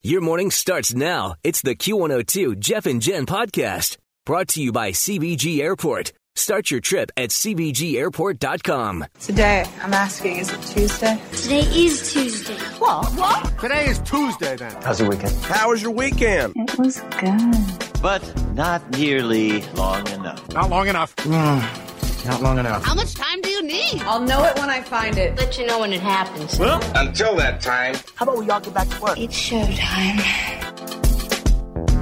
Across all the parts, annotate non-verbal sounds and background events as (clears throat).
Your morning starts now. It's the Q102 Jeff and Jen podcast brought to you by CBG Airport. Start your trip at CBGAirport.com. Today, I'm asking, is it Tuesday? Today is Tuesday. What? What? Today is Tuesday then. How's your weekend? How was your weekend? It was good. But not nearly long enough. Not long enough. (sighs) Not long enough. How much time do you need? I'll know it when I find it. Let you know when it happens. Well, Until that time. How about we all get back to work? It's showtime.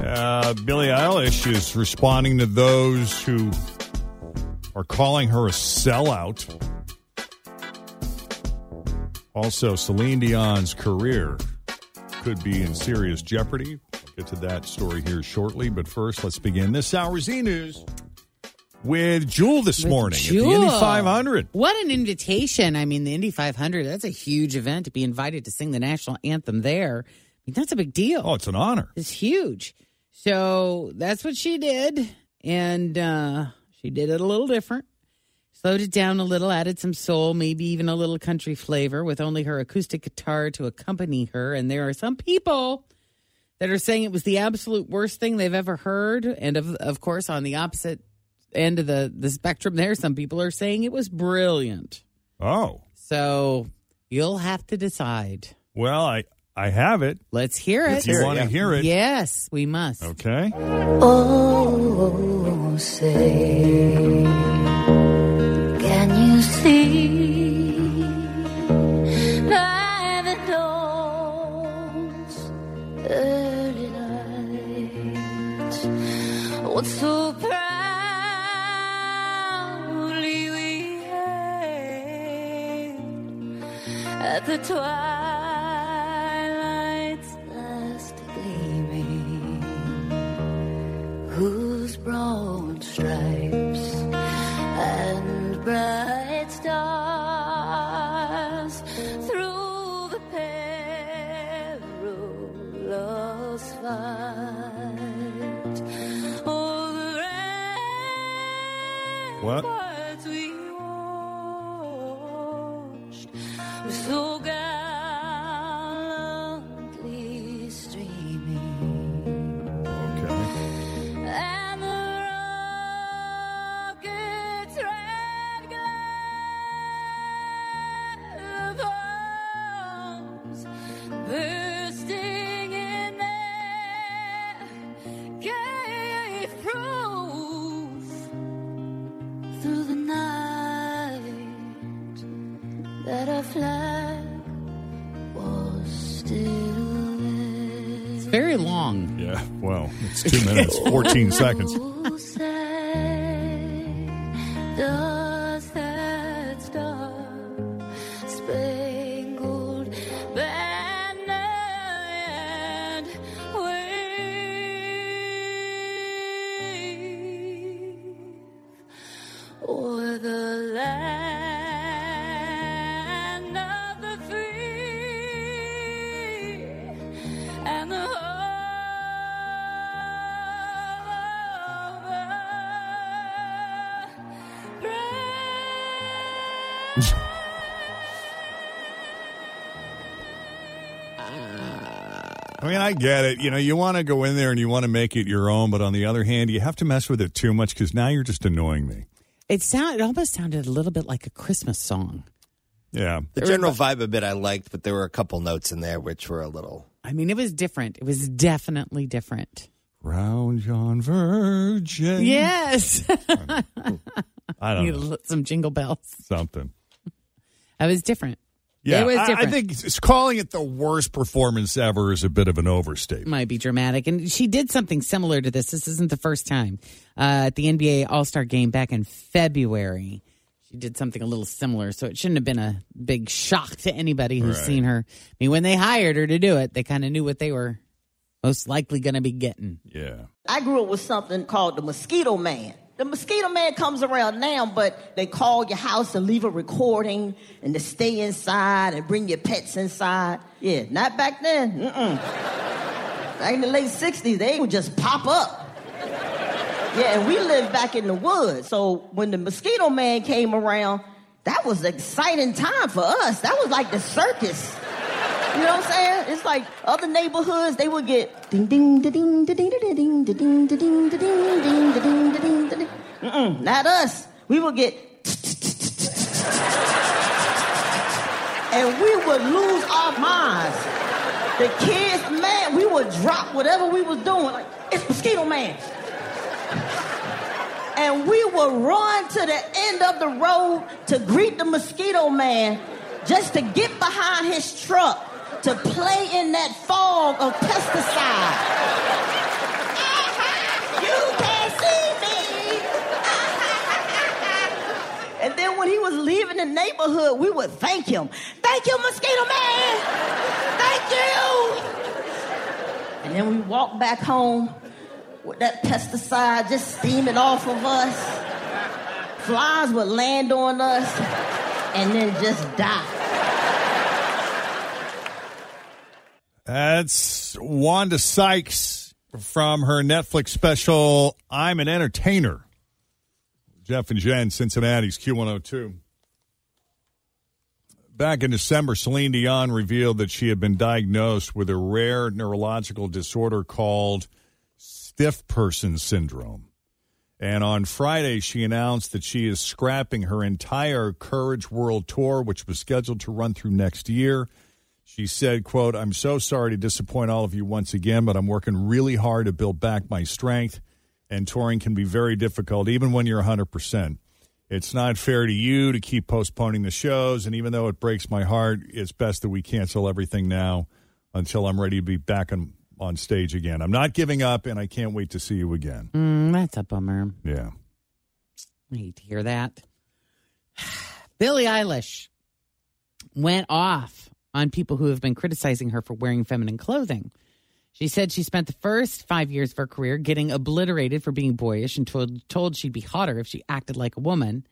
Uh, Billie Eilish is responding to those who are calling her a sellout. Also, Celine Dion's career could be in serious jeopardy. We'll get to that story here shortly, but first, let's begin this hour's e news with Jewel this morning at the Indy Jewel. 500. What an invitation. I mean, the Indy 500, that's a huge event to be invited to sing the national anthem there. I mean, that's a big deal. Oh, it's an honor. It's huge. So that's what she did. And uh, she did it a little different. Slowed it down a little, added some soul, maybe even a little country flavor with only her acoustic guitar to accompany her. And there are some people that are saying it was the absolute worst thing they've ever heard. And of, of course, on the opposite end of the, the spectrum there, some people are saying it was brilliant. Oh, So you'll have to decide. well, I, I have it. Let's hear If it. you want to hear it. Yes, we must. Okay. Oh, say, can you see by the dawn's early light what so proudly we hailed at the twilight's last gleaming? whose broad stripes and bright stars through the perilous fight over What? ramparts we watched were so gallantly streaming Okay. and the rocket's red glare of arms bursting in air gave proof through the night that our flag was still there. It's very long. Yeah. Well, it's two minutes, 14 seconds. Who said, does that star-spangled banner yet wave o'er the land of the free and the home of the brave. I mean, I get it. You know, you want to go in there and you want to make it your own, but on the other hand, you have to mess with it too much because now you're just annoying me. It sound it almost sounded a little bit like a Christmas song. Yeah. The general vibe of it I liked, but there were a couple notes in there which were a little. I mean, it was different. It was definitely different. Round yon virgin. Yes, (laughs) I don't know. Need some jingle bells. Something. It was different. Yeah. was I- I, different. think it's calling it the worst performance ever is a bit of an It overstatement. might be dramatic, and she did something similar to this. This isn't the first time uh, at the NBA All Star Game back in February. She did something a little similar, so it shouldn't have been a big shock to anybody who's Right. seen her. I mean, when they hired her to do it, they kind of knew what they were most likely going to be getting. Yeah. I grew up with something called the mosquito man. The mosquito man comes around now, but they call your house and leave a recording and to stay inside and bring your pets inside. Yeah, not back then. Mm-mm. back in the late 60s, they would just pop up. Yeah, and we lived back in the woods. So when the mosquito man came around, that was an exciting time for us. That was like the circus. You know what I'm saying? It's like other neighborhoods, they would get ding ding da ding da ding da ding da ding da ding da ding ding da ding da ding da ding. Mm-mm, not us. We would get and we would lose our minds. The kids, man, we would drop whatever we was doing. Like, it's mosquito man and we will run to the end of the road to greet the mosquito man just to get behind his truck to play in that fog of pesticide. (laughs) you can't see me. (laughs) and then when he was leaving the neighborhood, we would thank him. Thank you, mosquito man. Thank you. And then we walked back home with that pesticide just steaming off of us. Flies would land on us and then just die. That's Wanda Sykes from her Netflix special, I'm an Entertainer. Jeff and Jen, Cincinnati's Q102. Back in December, Celine Dion revealed that she had been diagnosed with a rare neurological disorder called stiff person syndrome. And on Friday, she announced that she is scrapping her entire Courage World Tour, which was scheduled to run through next year. She said, quote, I'm so sorry to disappoint all of you once again, but I'm working really hard to build back my strength, and touring can be very difficult, even when you're 100%. It's not fair to you to keep postponing the shows, and even though it breaks my heart, it's best that we cancel everything now until I'm ready to be back on, on stage again. I'm not giving up, and I can't wait to see you again. Mm, that's a bummer. Yeah. I hate to hear that. (sighs) Billie Eilish went off on people who have been criticizing her for wearing feminine clothing. She said she spent the first five years of her career getting obliterated for being boyish and told, told she'd be hotter if she acted like a woman.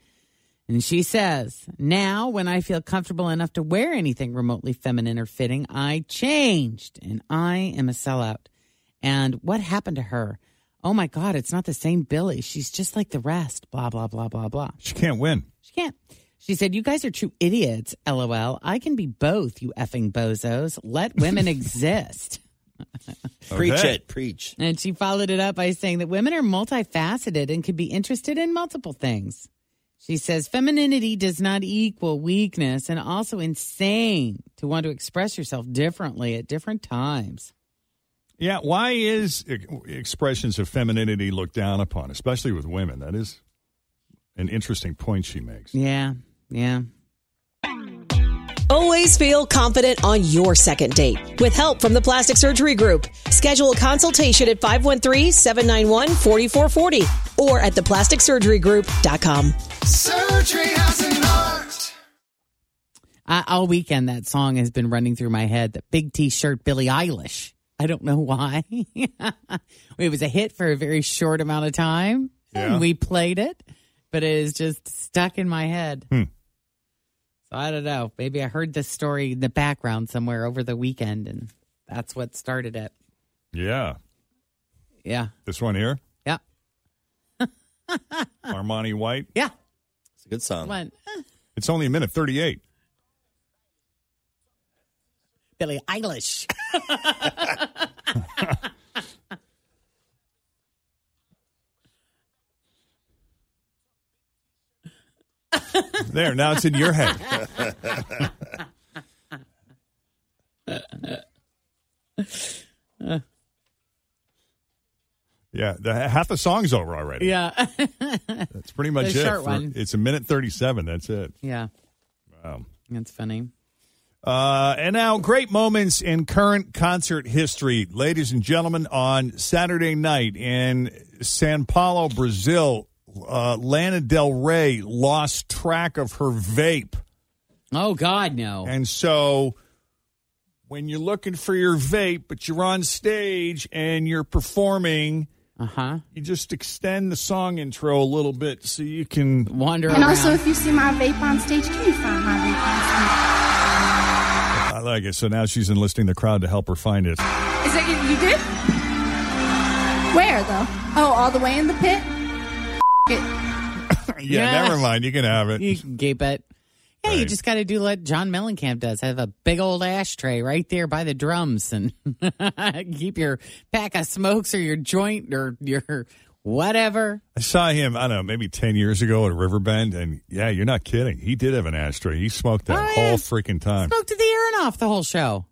And she says, Now, when I feel comfortable enough to wear anything remotely feminine or fitting, I changed and I am a sellout. And what happened to her? Oh my God, it's not the same Billy. She's just like the rest, blah, blah, blah, blah, blah. She can't win. She can't. She said, You guys are true idiots, lol. I can be both, you effing bozos. (laughs) Let women exist. Preach Okay. it. Preach. And she followed it up by saying that women are multifaceted and could be interested in multiple things. She says femininity does not equal weakness and also insane to want to express yourself differently at different times. Yeah, why is e- expressions of femininity looked down upon, especially with women? That is an interesting point she makes. Yeah, yeah. Always feel confident on your second date. With help from the Plastic Surgery Group, schedule a consultation at 513-791-4440 or at theplasticsurgerygroup.com. Surgery has an art. I, all weekend, that song has been running through my head. The big T-shirt, Billie Eilish. I don't know why. (laughs) it was a hit for a very short amount of time. Yeah. We played it, but it is just stuck in my head. Hmm. So I don't know. Maybe I heard this story in the background somewhere over the weekend, and that's what started it. Yeah. Yeah. This one here, Yeah. (laughs) Armani White. Yeah. It's a good song. One. (laughs) It's only a minute 38. Billie (laughs) Eilish. (laughs) There, now it's in your (laughs) head. yeah, the, half the song's over already. Yeah. (laughs) That's pretty much The it. short for- one. It's a minute 37. That's it. yeah. Wow. That's funny. Uh, and now, great moments in current concert history. Ladies and gentlemen, on Saturday night in Sao Paulo, Brazil, uh, Lana Del Rey lost track of her vape. Oh God, no. And so when you're looking for your vape, but you're on stage and you're performing. Uh huh. You just extend the song intro a little bit so you can wander And also, if you see my vape on stage, can you find my vape on stage? I like it. So now she's enlisting the crowd to help her find it. Is that you, you did? Where though? Oh, all the way in the pit. F- it. (laughs) yeah, Yeah. never mind. You can have it. You can keep it. Yeah, you Right. just got to do like John Mellencamp does. Have a big old ashtray right there by the drums and (laughs) keep your pack of smokes or your joint or your whatever. I saw him, I don't know, maybe 10 years ago at Riverbend. And yeah, you're not kidding. He did have an ashtray. He smoked that whole freaking time. Smoked the urine off the whole show.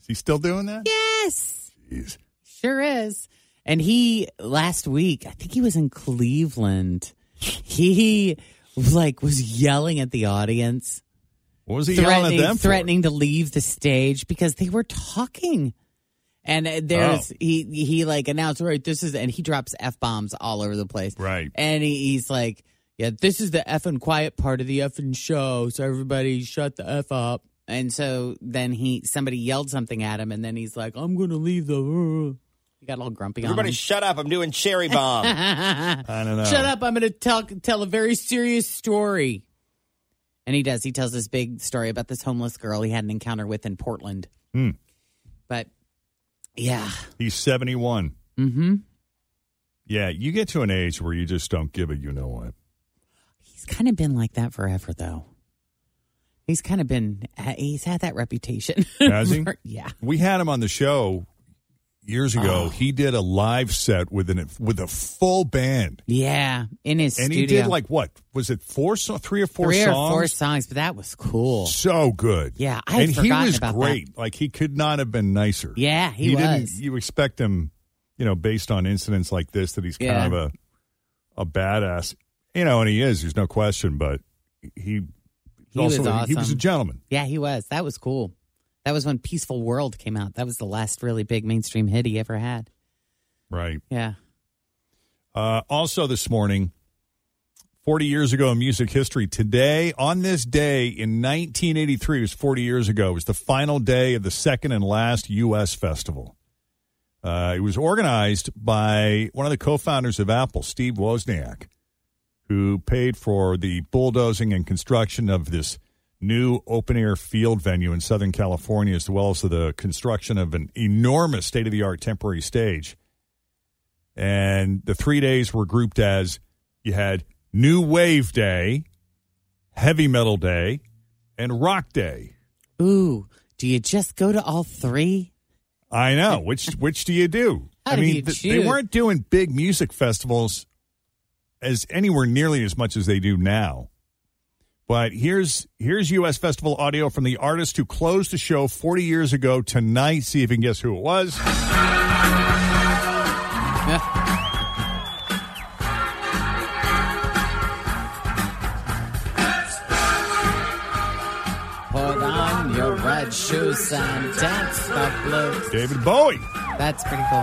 Is he still doing that? Yes. Jeez. Sure is. And he last week, I think he was in Cleveland. He like was yelling at the audience. What was he yelling at them for? Threatening to leave the stage because they were talking. And uh, there's Oh. he he like announced right this is and he drops f bombs all over the place. Right. And he, he's like, yeah, this is the effing quiet part of the effing show, so everybody shut the f up. And so then he somebody yelled something at him, and then he's like, I'm gonna leave the. He got all grumpy. on Everybody him. shut up. I'm doing (laughs) cherry (laughs) bomb. I don't know. Shut up! I'm going to tell tell a very serious story. And he does. He tells this big story about this homeless girl he had an encounter with in Portland. Hmm. But yeah, He's 71. mm-hmm. Yeah, you get to an age where you just don't give a you know what. he's kind of been like that forever, though. He's kind of been uh, he's had that reputation. Has he? (laughs) yeah. We had him on the show years ago. He did a live set with an with a full band. Yeah, in his And studio, he did like what? Was it four so three or four three songs? or four songs, but that was cool. so good. Yeah, I had and he forgotten was about that. great. Like he could not have been nicer. Yeah, he was. Didn't, you expect him, you know, based on incidents like this, that he's kind Yeah. of a a badass, you know, and he is. There's no question. But he He also was awesome. he was a gentleman. Yeah, he was. That was cool. That was when Peaceful World came out. That was the last really big mainstream hit he ever had. Right. Yeah. Uh, also this morning, 40 years ago in music history, today, on this day in 1983, it was 40 years ago, it was the final day of the second and last U.S. festival. Uh, it was organized by one of the co founders of Apple, Steve Wozniak, who paid for the bulldozing and construction of this new open air field venue in Southern California, as well as the construction of an enormous state of the art temporary stage and the three days were grouped as you had New Wave Day, Heavy Metal Day, and Rock Day. Ooh, do you just go to all three? I know (laughs) which which do you do? How I do mean, you th- choose? they weren't doing big music festivals as anywhere nearly as much as they do now. But here's here's U.S. festival audio from the artist who closed the show 40 years ago tonight. See if you can guess who it was. Hmm. Put on your red shoes and dance the blues. David Bowie. That's pretty cool.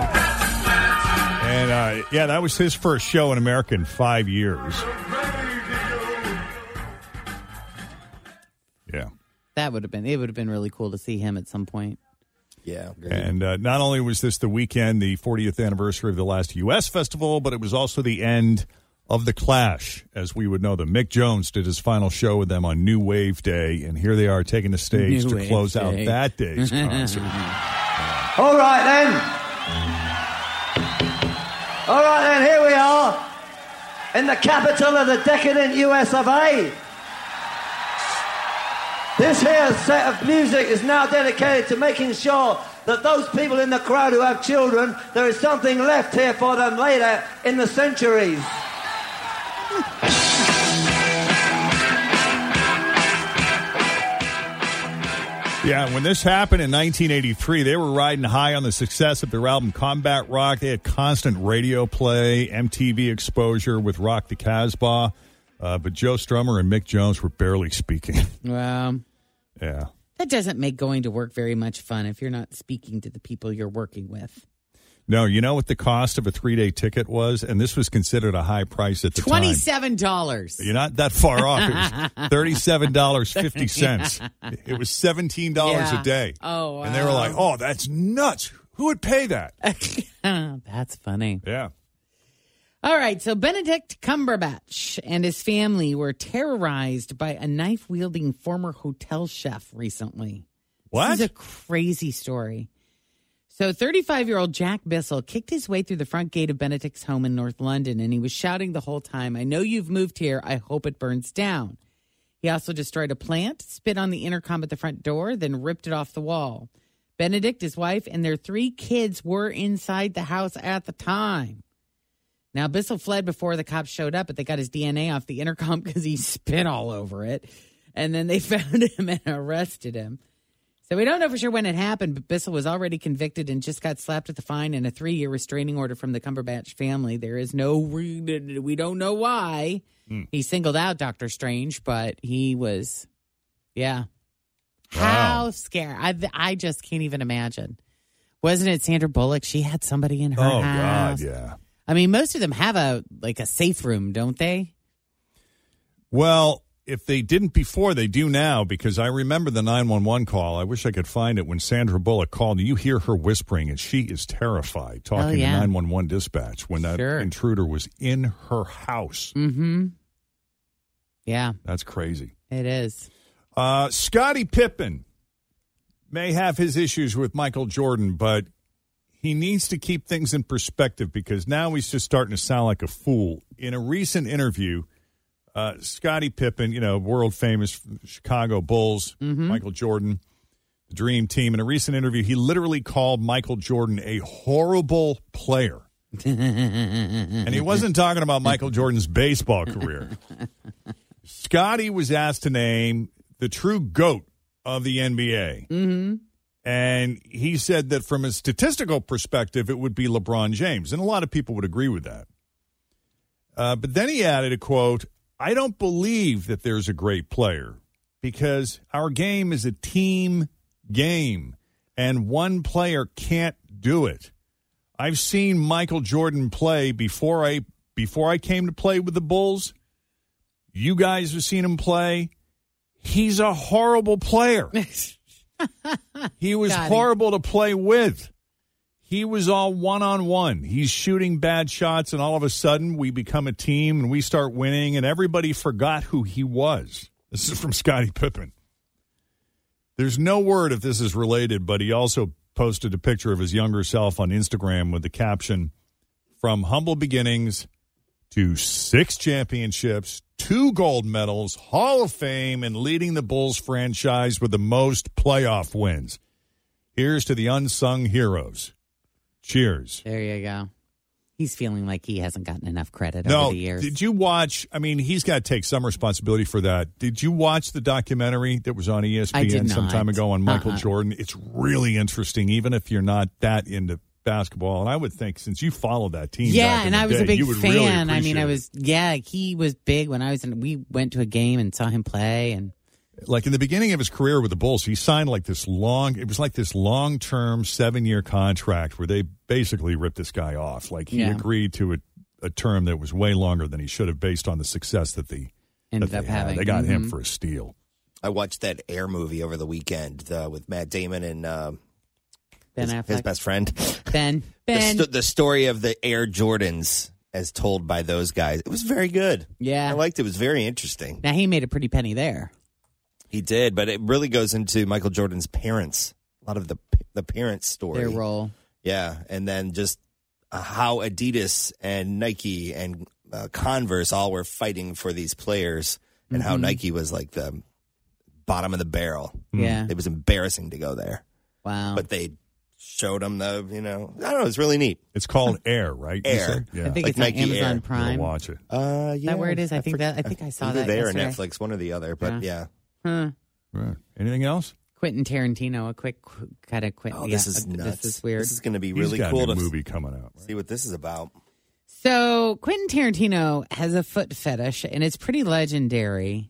And uh, yeah, that was his first show in America in five years. Yeah. That would have been. It would have been really cool to see him at some point. yeah. great. And uh, not only was this the weekend, the 40th anniversary of the last U.S. festival, but it was also the end of The Clash, as we would know them. Mick Jones did his final show with them on New Wave Day, and here they are taking the stage New to Wave close Day. out that (laughs) day's concert. All right then. All right then, here we are in the capital of the decadent US of A. This here set of music is now dedicated to making sure that those people in the crowd who have children, there is something left here for them later in the centuries. Yeah, when this happened in 1983, they were riding high on the success of their album Combat Rock. They had constant radio play, MTV exposure with Rock the Casbah, uh, but Joe Strummer and Mick Jones were barely speaking. (laughs) Well, yeah. that doesn't make going to work very much fun if you're not speaking to the people you're working with. No, you know what the cost of a three day ticket was, and this was considered a high price at the time. Twenty-seven dollars. You're not that far off. It was thirty-seven dollars fifty cents. It was seventeen dollars Yeah. a day. Oh, and they were wow. like, "Oh, that's nuts! Who would pay that?" (laughs) That's funny. Yeah. All right, so Benedict Cumberbatch and his family were terrorized by a knife wielding former hotel chef recently. What? This is a crazy story. So, 35 year old Jack Bissell kicked his way through the front gate of Benedict's home in North London, and he was shouting the whole time, I know you've moved here. I hope it burns down. He also destroyed a plant, spit on the intercom at the front door, then ripped it off the wall. Benedict, his wife, and their three kids were inside the house at the time. Now, Bissell fled before the cops showed up, but they got his DNA off the intercom (laughs) because he spit all over it. And then they (laughs) found him and arrested him. So we don't know for sure when it happened, but Bissell was already convicted and just got slapped with a fine and a three year restraining order from the Cumberbatch family. There is no, re- we don't know why. Hmm. He singled out Doctor Strange, but he was, yeah. How scary. I, I just can't even imagine. Wasn't it Sandra Bullock? She had somebody in her Oh house. God, yeah. I mean, most of them have a like a safe room, don't they? Well, if they didn't before, they do now because I remember the 911 call. I wish I could find it when Sandra Bullock called. You hear her whispering, and she is terrified talking Oh, yeah. to 911 dispatch when that Sure. intruder was in her house. Mm-hmm. Yeah, That's crazy. it is. Uh, Scottie Pippen may have his issues with Michael Jordan, but he needs to keep things in perspective because now he's just starting to sound like a fool. In a recent interview, uh, Scottie Pippen, you know, world famous Chicago Bulls, Michael Jordan, the dream team. In a recent interview, he literally called Michael Jordan a horrible player. and he wasn't talking about Michael Jordan's baseball career. Scotty was asked to name the true GOAT of the NBA. (laughs) Mm-hmm. And he said that from a statistical perspective, it would be LeBron James. And a lot of people would agree with that. Uh, but then he added a quote I don't believe that there's a great player because our game is a team game, and one player can't do it. I've seen Michael Jordan play before I before I came to play with the Bulls. You guys have seen him play. He's a horrible player. (laughs) he was Got him. horrible to play with. He was all one on one. He's shooting bad shots, and all of a sudden we become a team and we start winning, and everybody forgot who he was. This is from Scottie Pippen. There's no word if this is related, but he also posted a picture of his younger self on Instagram with the caption From humble beginnings to six championships, two gold medals, Hall of Fame, and leading the Bulls franchise with the most playoff wins. Here's to the unsung heroes. Cheers. There you go. He's feeling like he hasn't gotten enough credit No, over the years. did you watch? I mean, he's got to take some responsibility for that. Did you watch the documentary that was on E ESPN I did some time not. ago on Michael Uh-uh. Jordan? It's really interesting, even if you're not that into basketball. And I would think since you follow that team, yeah, back in and the I was day, a big you would really fan. I mean, appreciate I it. was yeah. He was big when I was in. We went to a game and saw him play, and like in the beginning of his career with the Bulls, he signed like this long. It was like this long term seven year contract where they basically ripped this guy off. Like he Yeah. agreed to a, a term that was way longer than he should have, based on the success that the Ended that up they had. having. They got him Mhm. for a steal. I watched that Air movie over the weekend uh, with Matt Damon and uh, Ben his, Affleck, his best friend. (laughs) Ben, The, Ben. sto- the story of the Air Jordans as told by those guys. It was very good. yeah. I liked it. It was very interesting. now he made a pretty penny there. He did, but it really goes into Michael Jordan's parents. A lot of the the parents' story. Their role. Yeah, and then just uh, how Adidas and Nike and uh, Converse all were fighting for these players, and how Mhm. Nike was like the bottom of the barrel. Yeah. It was embarrassing to go there, Mm. Wow. but they showed them the you know I don't know. It's really neat. (laughs) It's called Air, right? You Air. said? Yeah. I think Like it's on Nike Amazon Air. Gotta Prime. watch it. Uh, yeah, that where it is? I, think for- that I think I saw either that there or yesterday. Netflix, one or the other. But yeah, Huh. Right. Anything else? Quentin Tarantino, a quick qu- kind of quick. oh, this yeah, is uh, nuts. This is weird. This is going to be He's really got a cool new to movie coming out. see what this is about. So Quentin Tarantino has a foot fetish, and it's pretty legendary.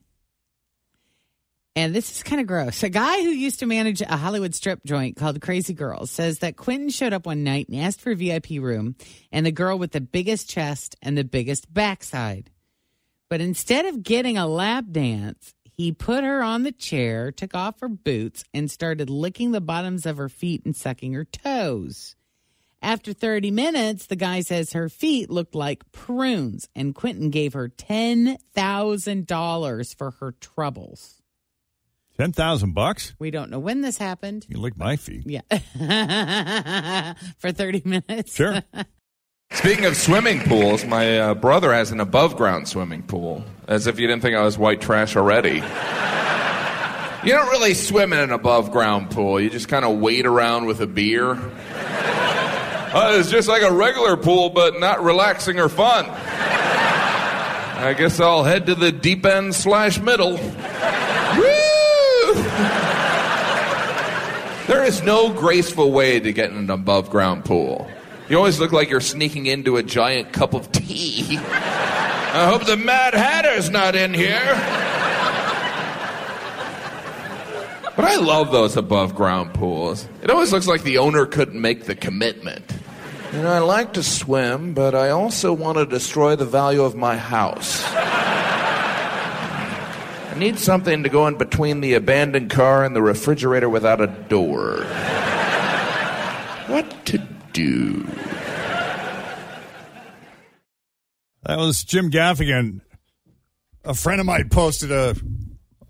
And this is kind of gross. A guy who used to manage a Hollywood strip joint called Crazy Girls says that Quentin showed up one night and asked for a VIP room and the girl with the biggest chest and the biggest backside. But instead of getting a lap dance, he put her on the chair, took off her boots, and started licking the bottoms of her feet and sucking her toes. After 30 minutes, the guy says her feet looked like prunes, and Quentin gave her $10,000 for her troubles. 10,000 bucks? We don't know when this happened. You licked my feet. Yeah. (laughs) for 30 minutes. Sure. Speaking of swimming pools, my uh, brother has an above ground swimming pool. As if you didn't think I was white trash already. you don't really swim in an above ground pool, you just kind of wade around with a beer. Uh, it's just like a regular pool, but not relaxing or fun. I guess I'll head to the deep end slash middle. Woo! There is no graceful way to get in an above ground pool. You always look like you're sneaking into a giant cup of tea. I hope the Mad Hatter's not in here. But I love those above ground pools. It always looks like the owner couldn't make the commitment. You know, I like to swim, but I also want to destroy the value of my house. I need something to go in between the abandoned car and the refrigerator without a (laughs) door. What to do? That was Jim Gaffigan. A friend of mine posted a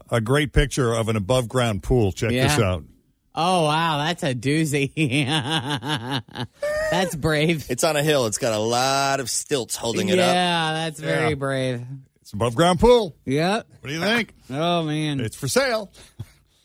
a great picture of an above ground pool. Check this Yeah. out. (laughs) Oh, wow. That's a doozy. (laughs) that's brave. It's on a hill. It's got a lot of stilts holding it up. Yeah, that's very Yeah. brave. It's above ground pool. Yep. What do you think? Oh man, it's for (laughs) sale.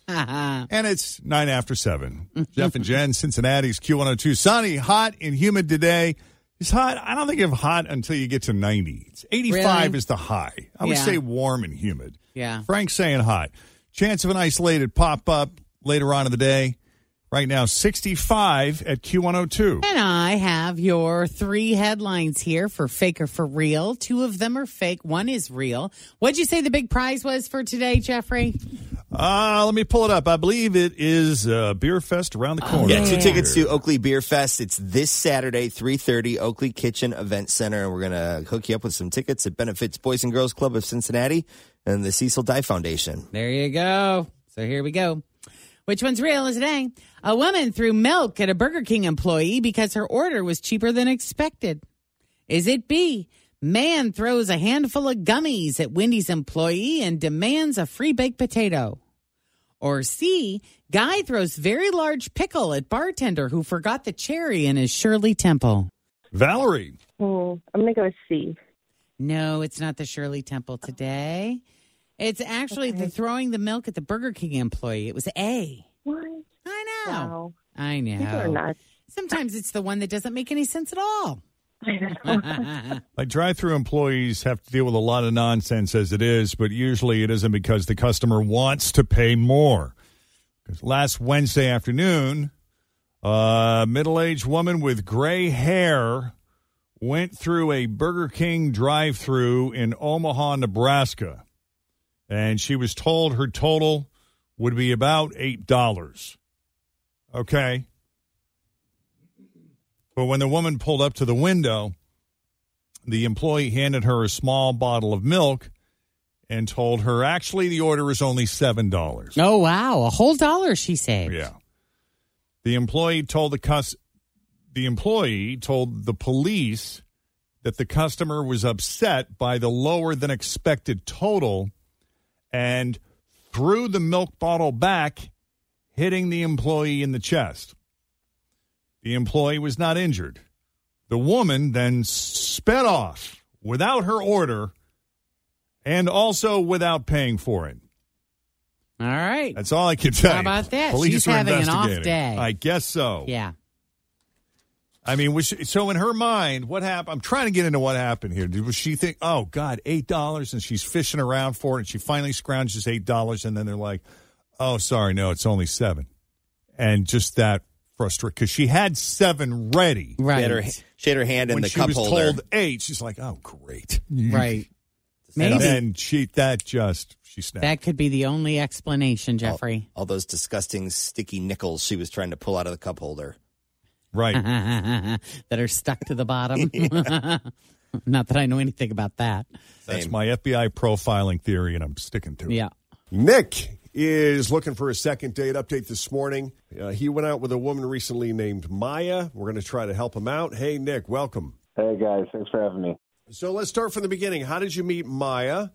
and it's nine after seven. Jeff and Jen, Cincinnati's Q102. Sunny, hot and humid today. It's hot. I don't think of hot until you get to 90. It's 85 Really? is the high. I would Yeah. say warm and humid. Yeah. Frank's saying hot. Chance of an isolated pop up later on in the day. Right now, 65 at Q102. And I have your three headlines here for fake or for real. Two of them are fake, one is real. What'd you say the big prize was for today, Jeffrey? Uh, let me pull it up. I believe it is uh, Beer Fest around Oh, the corner. Yeah, two tickets to Oakley Beer Fest. It's this Saturday, 3.30, Oakley Kitchen Event Center. And we're going to hook you up with some tickets. It benefits Boys and Girls Club of Cincinnati and the Cecil Dye Foundation. There you go. So here we go. Which one's real is today? A woman threw milk at a Burger King employee because her order was cheaper than expected. Is it B? Man throws a handful of gummies at Wendy's employee and demands a free baked potato. Or C, guy throws very large pickle at bartender who forgot the cherry in his Shirley Temple. Valerie. Oh, I'm gonna go with C. No, it's not the Shirley Temple today. It's actually the throwing the milk at the Burger King employee. It was A. What? I know. Wow. I know. People are nuts. Sometimes it's the one that doesn't make any sense at (laughs) all. Like drive through employees have to deal with a lot of nonsense as it is, but usually it isn't because the customer wants to pay more. 'Cause last Wednesday afternoon, a middle aged woman with gray hair went through a Burger King drive through in Omaha, Nebraska, and she was told her total would be about $8. Okay. But when the woman pulled up to the window, the employee handed her a small bottle of milk and told her actually the order is only seven dollars (laughs) oh wow a whole dollar she saved yeah the employee told the cus the employee told the police that the customer was upset by the lower than expected total and threw the milk bottle back hitting the employee in the chest the employee was not injured the woman then sped off without her order and also without paying for it. All right. That's all I can tell How you. about that? Police She's are having an off investigating. day. I guess so. Yeah. I mean, was she, so in her mind, what happened? I'm trying to get into what happened here. Did, was she think, oh, God, $8 and she's fishing around for it and she finally scrounges $8 and then they're like, oh, sorry, no, it's only 7 And just that frustrated because she had 7 ready. She had her, she had her hand in when the she cup was holder. (laughs) told eight, she's like, "Oh, great, Right. (laughs) Maybe. And then she, that just, she snapped. That could be the only explanation, Jeffrey. All those disgusting sticky nickels she was trying to pull out of the cup holder. Right. (laughs) that are stuck to the (laughs) bottom. Not that I know anything about that. That's my FBI profiling theory, and I'm sticking to it. Yeah. Nick is looking for a second date update this morning. Uh, he went out with a woman recently named Maya. We're going to try to help him out. Hey, Nick, welcome. Hey guys, thanks for having me. So let's start from the beginning. How did you meet Maya?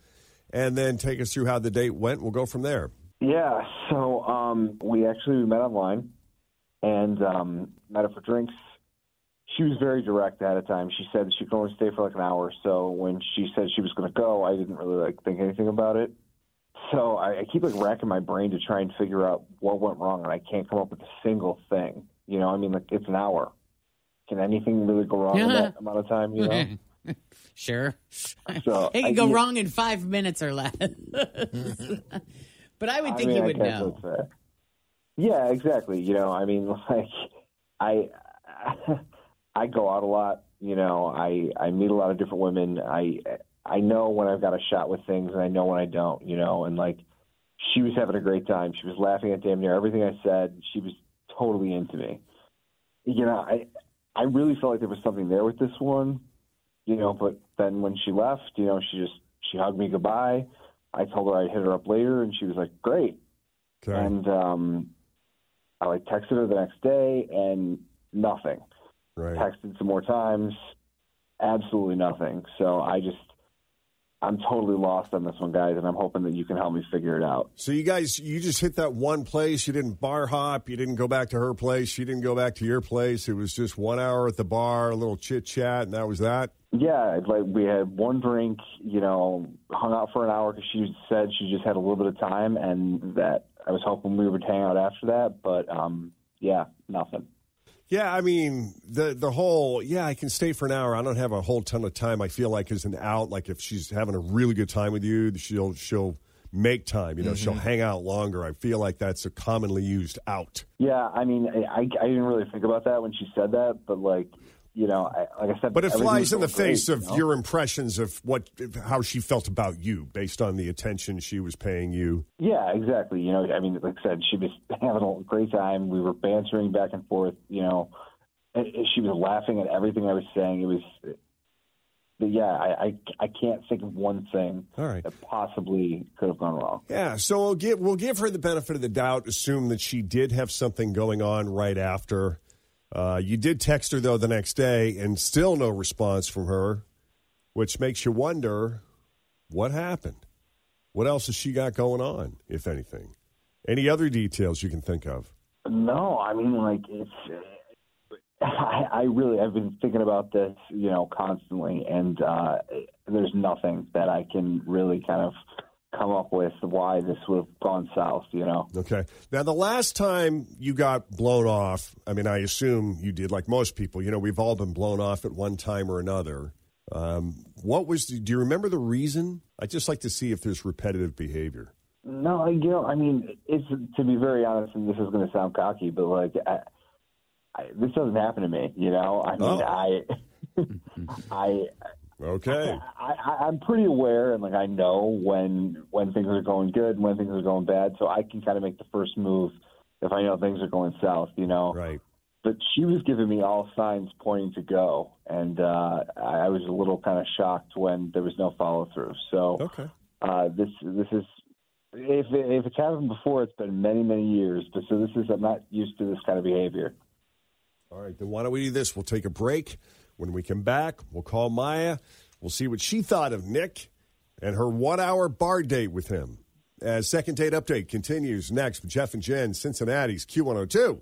And then take us through how the date went. We'll go from there. Yeah, so um, we actually met online and um, met up for drinks. She was very direct at a time. She said she could only stay for like an hour. So when she said she was going to go, I didn't really like think anything about it. So I, I keep like racking my brain to try and figure out what went wrong, and I can't come up with a single thing. You know, I mean, like it's an hour. Can anything really go wrong in that amount of time? You know. (laughs) Sure. So It I- e could go yeah. wrong in five minutes or less. (laughs) but I would think mean, you I would guess know. it's, uh, yeah, exactly. You know, I mean, (laughs) like, I I go out a lot. You know, I I meet a lot of different women. I I know when I've got a shot with things, and I know when I don't. You know, and like, she was having a great time. She was laughing at damn near everything I said. She was totally into me. You know, I I really felt like there was something there with this one. You know, but then when she left, you know, she just she hugged me goodbye. I told her I'd hit her up later, and she was like, "Great." And um, I like texted her the next day, and nothing. Right. Texted some more times, absolutely nothing. So I just, I'm totally lost on this one, guys, and I'm hoping that you can help me figure it out. So you guys, you just hit that one place. You didn't bar hop. You didn't go back to her place. She didn't go back to your place. It was just one hour at the bar, a little chit chat, and that was that. Yeah, like we had one drink, you know, hung out for an hour because she said she just had a little bit of time, and that I was hoping we would hang out after that, but um, yeah, nothing. Yeah, I mean the the whole yeah, I can stay for an hour. I don't have a whole ton of time. I feel like is an out. Like if she's having a really good time with you, she'll she'll make time. You know, Mm-hmm. she'll hang out longer. I feel like that's a commonly used out. Yeah, I mean, I, I I didn't really think about that when she said that, but like, you know, I, like I said, But it everything flies was in the going great, face of you know? your impressions of what of how she felt about you based on the attention she was paying you. Yeah, exactly. You know, I mean, like I said, she was (laughs) having a great time. We were bantering back and forth. You know, and- and she was laughing at everything I was saying. It was, but yeah, I I, I can't think of one thing All right. that possibly could have gone wrong. Yeah, so we'll give we'll give her the benefit of the doubt. Assume that she did have something going on right after. Uh, you did text her though the next day, and still no response from her, which makes you wonder what happened. What else has she got going on, if anything? Any other details you can think of? No, I mean, like it's. (laughs) I, I really I've been thinking about this, you know, constantly, and uh, there's nothing that I can really kind of come up with why this would have gone south. You know. Okay. Now, the last time you got blown off, I mean, I assume you did, like most people. You know, we've all been blown off at one time or another. Um, what was? The, do you remember the reason? I would just like to see if there's repetitive behavior. No, you know, I mean, it's to be very honest, and this is going to sound cocky, but like, I, I, this doesn't happen to me. You know, I mean, I, I, Okay. I, I, I'm pretty aware, and like, I know when when things are going good and when things are going bad, so I can kind of make the first move if I know things are going south. You know, right? But she was giving me all signs pointing to go, and uh, I I was a little kind of shocked when there was no follow through. So. Okay. Uh, this this is if if it's happened before, it's been many many years. But so this is I'm not used to this kind of behavior. All right. Then why don't we do this? We'll take a break. When we come back, we'll call Maya. We'll see what she thought of Nick and her one-hour bar date with him. As second date update continues next with Jeff and Jen, Cincinnati's Q102.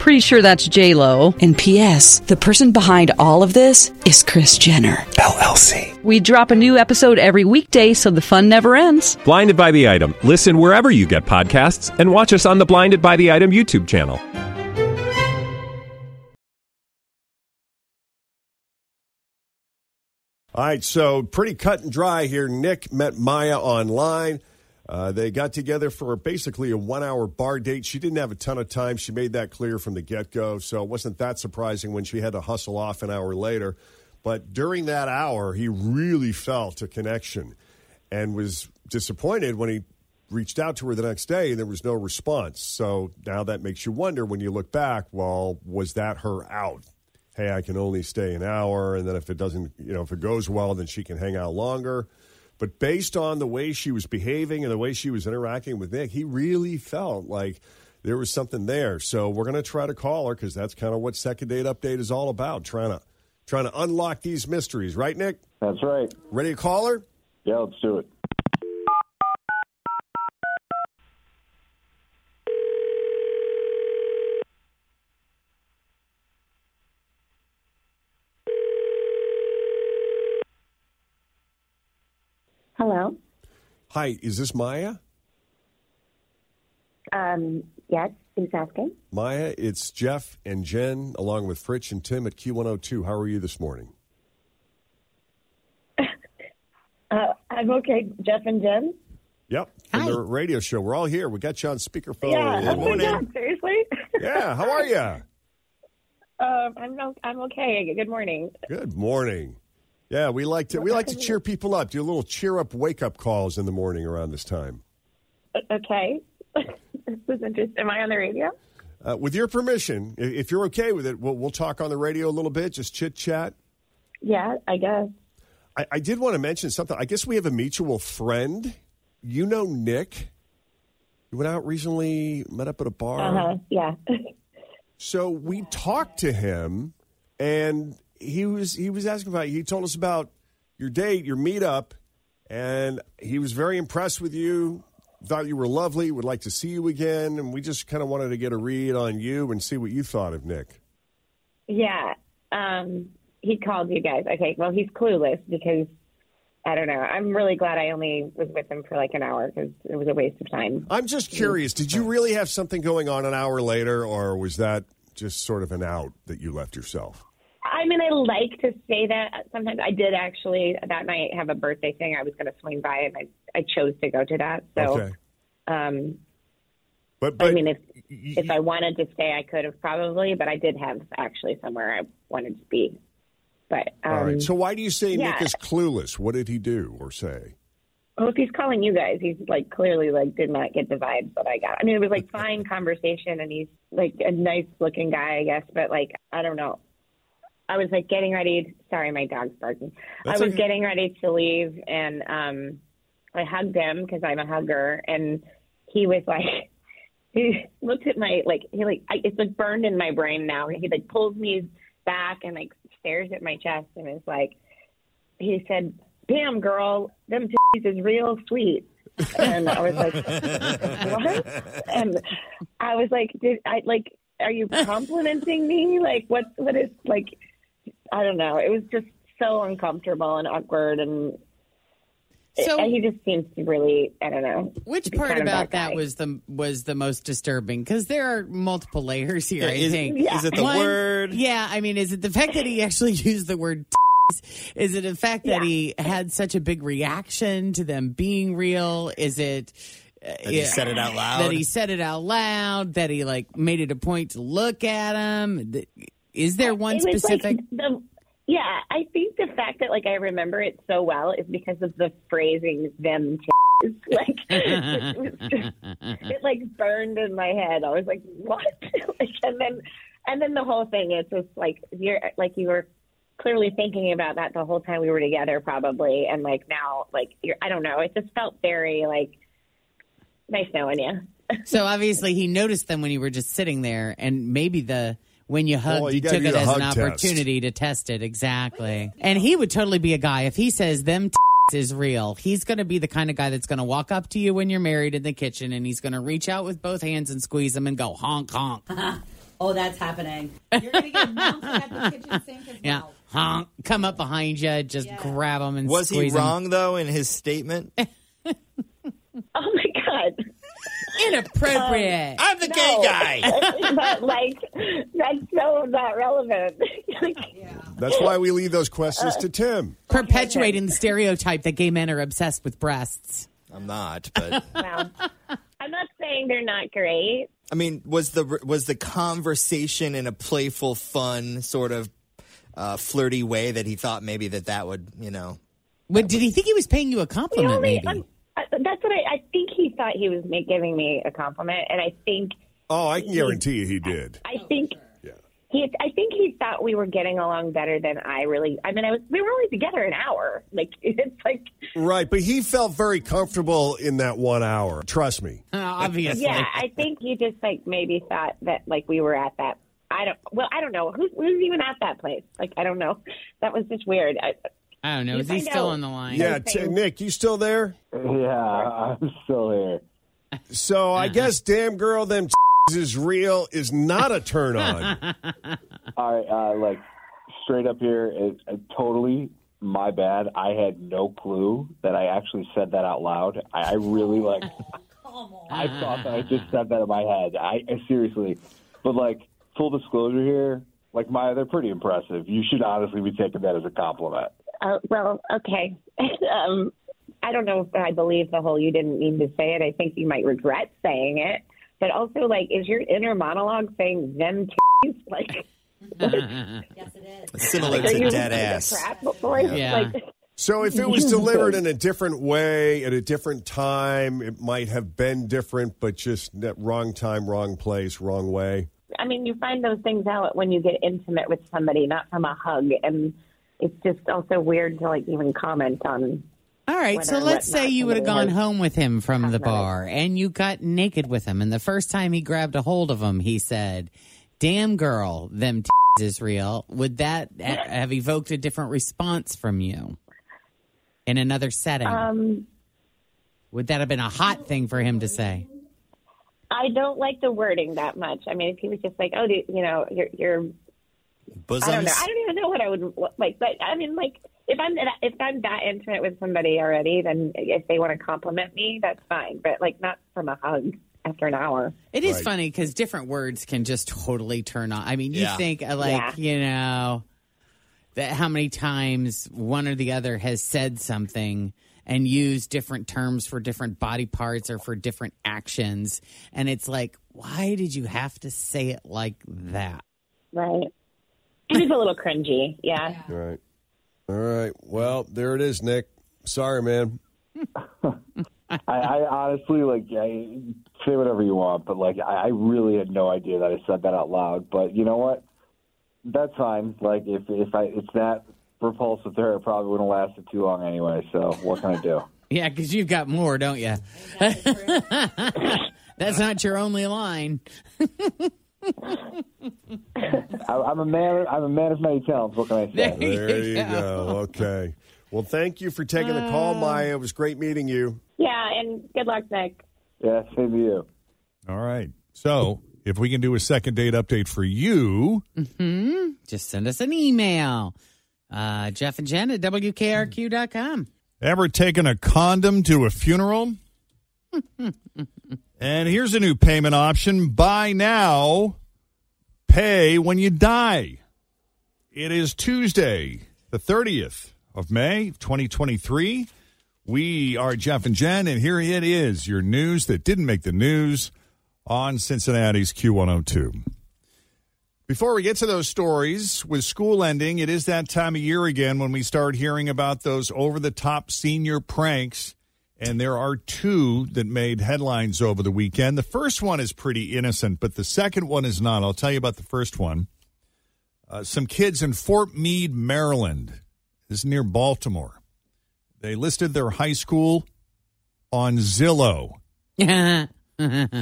Pretty sure that's J Lo. And P.S. The person behind all of this is Chris Jenner LLC. We drop a new episode every weekday, so the fun never ends. Blinded by the item. Listen wherever you get podcasts, and watch us on the Blinded by the Item YouTube channel. All right, so pretty cut and dry here. Nick met Maya online. Uh, they got together for basically a one hour bar date. She didn't have a ton of time. She made that clear from the get go. So it wasn't that surprising when she had to hustle off an hour later. But during that hour, he really felt a connection and was disappointed when he reached out to her the next day and there was no response. So now that makes you wonder when you look back, well, was that her out? hey, I can only stay an hour, and then if it doesn't, you know, if it goes well, then she can hang out longer. But based on the way she was behaving and the way she was interacting with Nick, he really felt like there was something there. So we're going to try to call her because that's kind of what second date update is all about trying to trying to unlock these mysteries, right, Nick? That's right. Ready to call her? Yeah, let's do it. Hello. Hi, is this Maya? Um, yes, who's asking? Maya, it's Jeff and Jen, along with Fritch and Tim at Q102. How are you this morning? Uh, I'm okay, Jeff and Jen. Yep, from the radio show. We're all here. We got you on speakerphone. yeah. (laughs) Good Oh my morning. God, seriously? Yeah, how are you? Um, I'm no, I'm okay. Good morning. Good morning. Yeah, we like to we like to cheer people up. Do a little cheer up wake up calls in the morning around this time. O- Okay. this is interesting. Am I on the radio? Uh, with your permission, i- if you're okay with it, we'll, we'll talk on the radio a little bit, just chit chat. Yeah, I guess. I, I did want to mention something. I guess we have a mutual friend. You know Nick. You went out recently, met up at a bar. Uh huh. Yeah. (laughs) So we talked to him, and he was he was asking about. He told us about your date, your meetup, and he was very impressed with you. Thought you were lovely. Would like to see you again, and we just kind of wanted to get a read on you and see what you thought of Nick. Yeah. Um, he called you guys. Okay. Well, he's clueless because I don't know. I'm really glad I only was with him for like an hour because it was a waste of time. I'm just curious. Did you really have something going on an hour later, or was that just sort of an out that you left yourself? I mean, I like to say that sometimes. I did actually that night have a birthday thing. I was going to swing by, and I, I chose to go to that. So, Okay. um, but, I mean, if if I wanted to stay, I could have probably, but I did have actually somewhere I wanted to be. But um, All right. So why do you say Nick yeah. is clueless? What did he do or say? Well, if he's calling you guys, he's like clearly like did not get the vibes that I got. I mean, it was (laughs) like fine conversation, and he's like a nice looking guy, I guess. But like, I don't know. I was like getting ready. sorry, my dog's barking. That's I was okay. getting ready to leave, and um, I hugged him because I'm a hugger, and he was (laughs) like, he looked at my like he like I, it's like burned in my brain now. He like pulls me back and like stares at my chest and is like, he said, "Damn girl, them titties is real sweet." And I was like, "What?" And I was like, "Did I like? Are you complimenting me? Like, what? What is like? I don't know. It was just so uncomfortable and awkward, and, So- and he just seems to really, I don't know. Which be part kind of about that, guy. was the was the most disturbing? Because there are multiple layers here. Yeah, I is- think. is it the One- word? Yeah, I mean, is it the fact that he actually (laughs) used the word? t's? Is it the fact that he had such a big reaction to them being real? Is it? That he said it out loud? That he said it out loud. That he like made it a point to look at him. Th- Is there one It was, like, specific? the, yeah, I think the fact that like I remember it so well is because of the phrasing "them." titties." (laughs) Like it, was just, it like burned in my head. I was like, "What?" (laughs) like, and then, and then the whole thing is just like you're like you were clearly thinking about that the whole time we were together, probably, and like now, like you're, I don't know. It just felt very like nice knowing you. so obviously he noticed them when you were just sitting there, and maybe the when you hugged, Well, you he gotta took do it the as an hug test. opportunity to test it exactly. And he would totally be a guy if he says them (laughs) t- is real. He's going to be the kind of guy that's going to walk up to (laughs) you when you're married in the kitchen, and he's going to reach out with both hands and squeeze them and go honk honk. oh, that's happening. You're going to get bouncing at the kitchen sink. as Yeah. Honk. Come up behind you, just grab them and Was he squeeze 'em. wrong though in his statement? Oh my god. Inappropriate. Um, I'm the gay guy. (laughs) but like that's so not relevant. That's why we leave those questions to Tim. Perpetuating the stereotype that gay men are obsessed with breasts. I'm not, (laughs) but wow. I'm not saying they're not great. I mean, was the was the conversation in a playful, fun sort of uh, flirty way that he thought maybe that that would you know? What, did he think he was paying you a The compliment? only, maybe. um, I- that's what I, I think he thought he was make, giving me a compliment, and I think Oh, I can guarantee you he did. I think he I think he thought we were getting along better than I really. I mean, I was we were only together an hour. Like (laughs) it's like Right, but he felt very comfortable in that one hour. Trust me. Yeah, I think you just like maybe thought that like we were at that. I don't. Well, I don't know who's who's even at that place. Like I don't know. That was just weird. I, I don't know. Is he still on the line? Yeah, t- Nick, you still there? Yeah, I'm still here. So Uh-huh. I guess damn girl, them (laughs) is real is not a (laughs) turn on. (laughs) (laughs) All right, uh, like straight up here, it, it, totally my bad. I had no clue that I actually said that out loud. I, I really like. I thought that I just said that in my head. I, I seriously, but like full disclosure here, like Maya, they're pretty impressive. You should honestly be taking that as a compliment. Uh, well, okay. (laughs) um, I don't know if I believe the whole you didn't need to say it. I think you might regret saying it. But also, like, is your inner monologue saying them (laughs) t's? Like, Similar are to you dead listening ass. crap before you- Like, So if it was delivered in a different way at a different time, it might have been different, but just that wrong time, wrong place, wrong way. I mean, you find those things out when you get intimate with somebody, not from a hug. And it's just also weird to, like, even comment on. All right, so whether or let's say whatnot you would have somebody gone has. home with him from the bar and you got naked with him. And the first time he grabbed a hold of him, he said, Damn girl, them t's is real. Would that ha- have evoked a different response from you in another setting? Um, would that have been a hot thing for him to say? I don't like the wording that much. I mean, if he was just like, oh, do, you know, you're, you're I don't know. I don't even know what I would like. But I mean, like if I'm if I'm that intimate with somebody already, then if they want to compliment me, that's fine. But like not from a hug after an hour. It is funny 'cause funny because different words can just totally turn on. I mean, you Yeah. think uh, like you know that how many times one or the other has said something and used different terms for different body parts or for different actions, and it's like, why did you have to say it like that? Right. It is a little cringy. Yeah. All right. All right. Well, there it is, Nick. Sorry, man. (laughs) I, I honestly like I, say whatever you want, but like I, I really had no idea that I said that out loud. But you know what? That's fine. Like if if I it's that repulsive there, it probably wouldn't have lasted too long anyway. So what can I do? Yeah, because you've got more, don't you? (laughs) That's not your only line. (laughs) I, I'm a man. I'm a man of many talents. What can I say? There you go. Uh. Okay. Well, thank you for taking the call, Maya. It was great meeting you. Yeah. And good luck, Nick. Yeah, same to you. All right. So if we can do a second date update for you, Hmm? Just send us an email. Uh, Jeff and Jen at (laughs) WKRQ.com. ever taken a condom to a funeral? and here's a new payment option buy now, pay when you die. It is Tuesday, the 30th of May, 2023. We are Jeff and Jen, and here it is your news that didn't make the news on Cincinnati's Q102. Before we get to those stories, with school ending, it is that time of year again when we start hearing about those over the top senior pranks. And there are two that made headlines over the weekend. The first one is pretty innocent, but the second one is not. I'll tell you about the first one. Uh, some kids in Fort Meade, Maryland, this is near Baltimore. They listed their high school on Zillow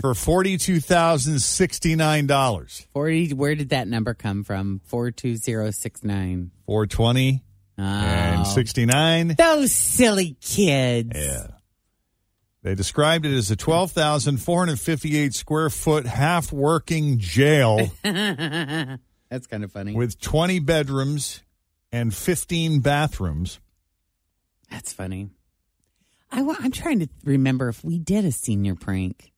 for forty-two thousand sixty-nine dollars. Forty. Where did that number come from? Four two zero six nine. Oh. Four twenty and sixty-nine. Those silly kids. Yeah. They described it as a 12,458 square foot half working jail That's kind of funny. with 20 bedrooms and 15 bathrooms. That's funny. I, wa- I'm trying to remember if we did a senior prank.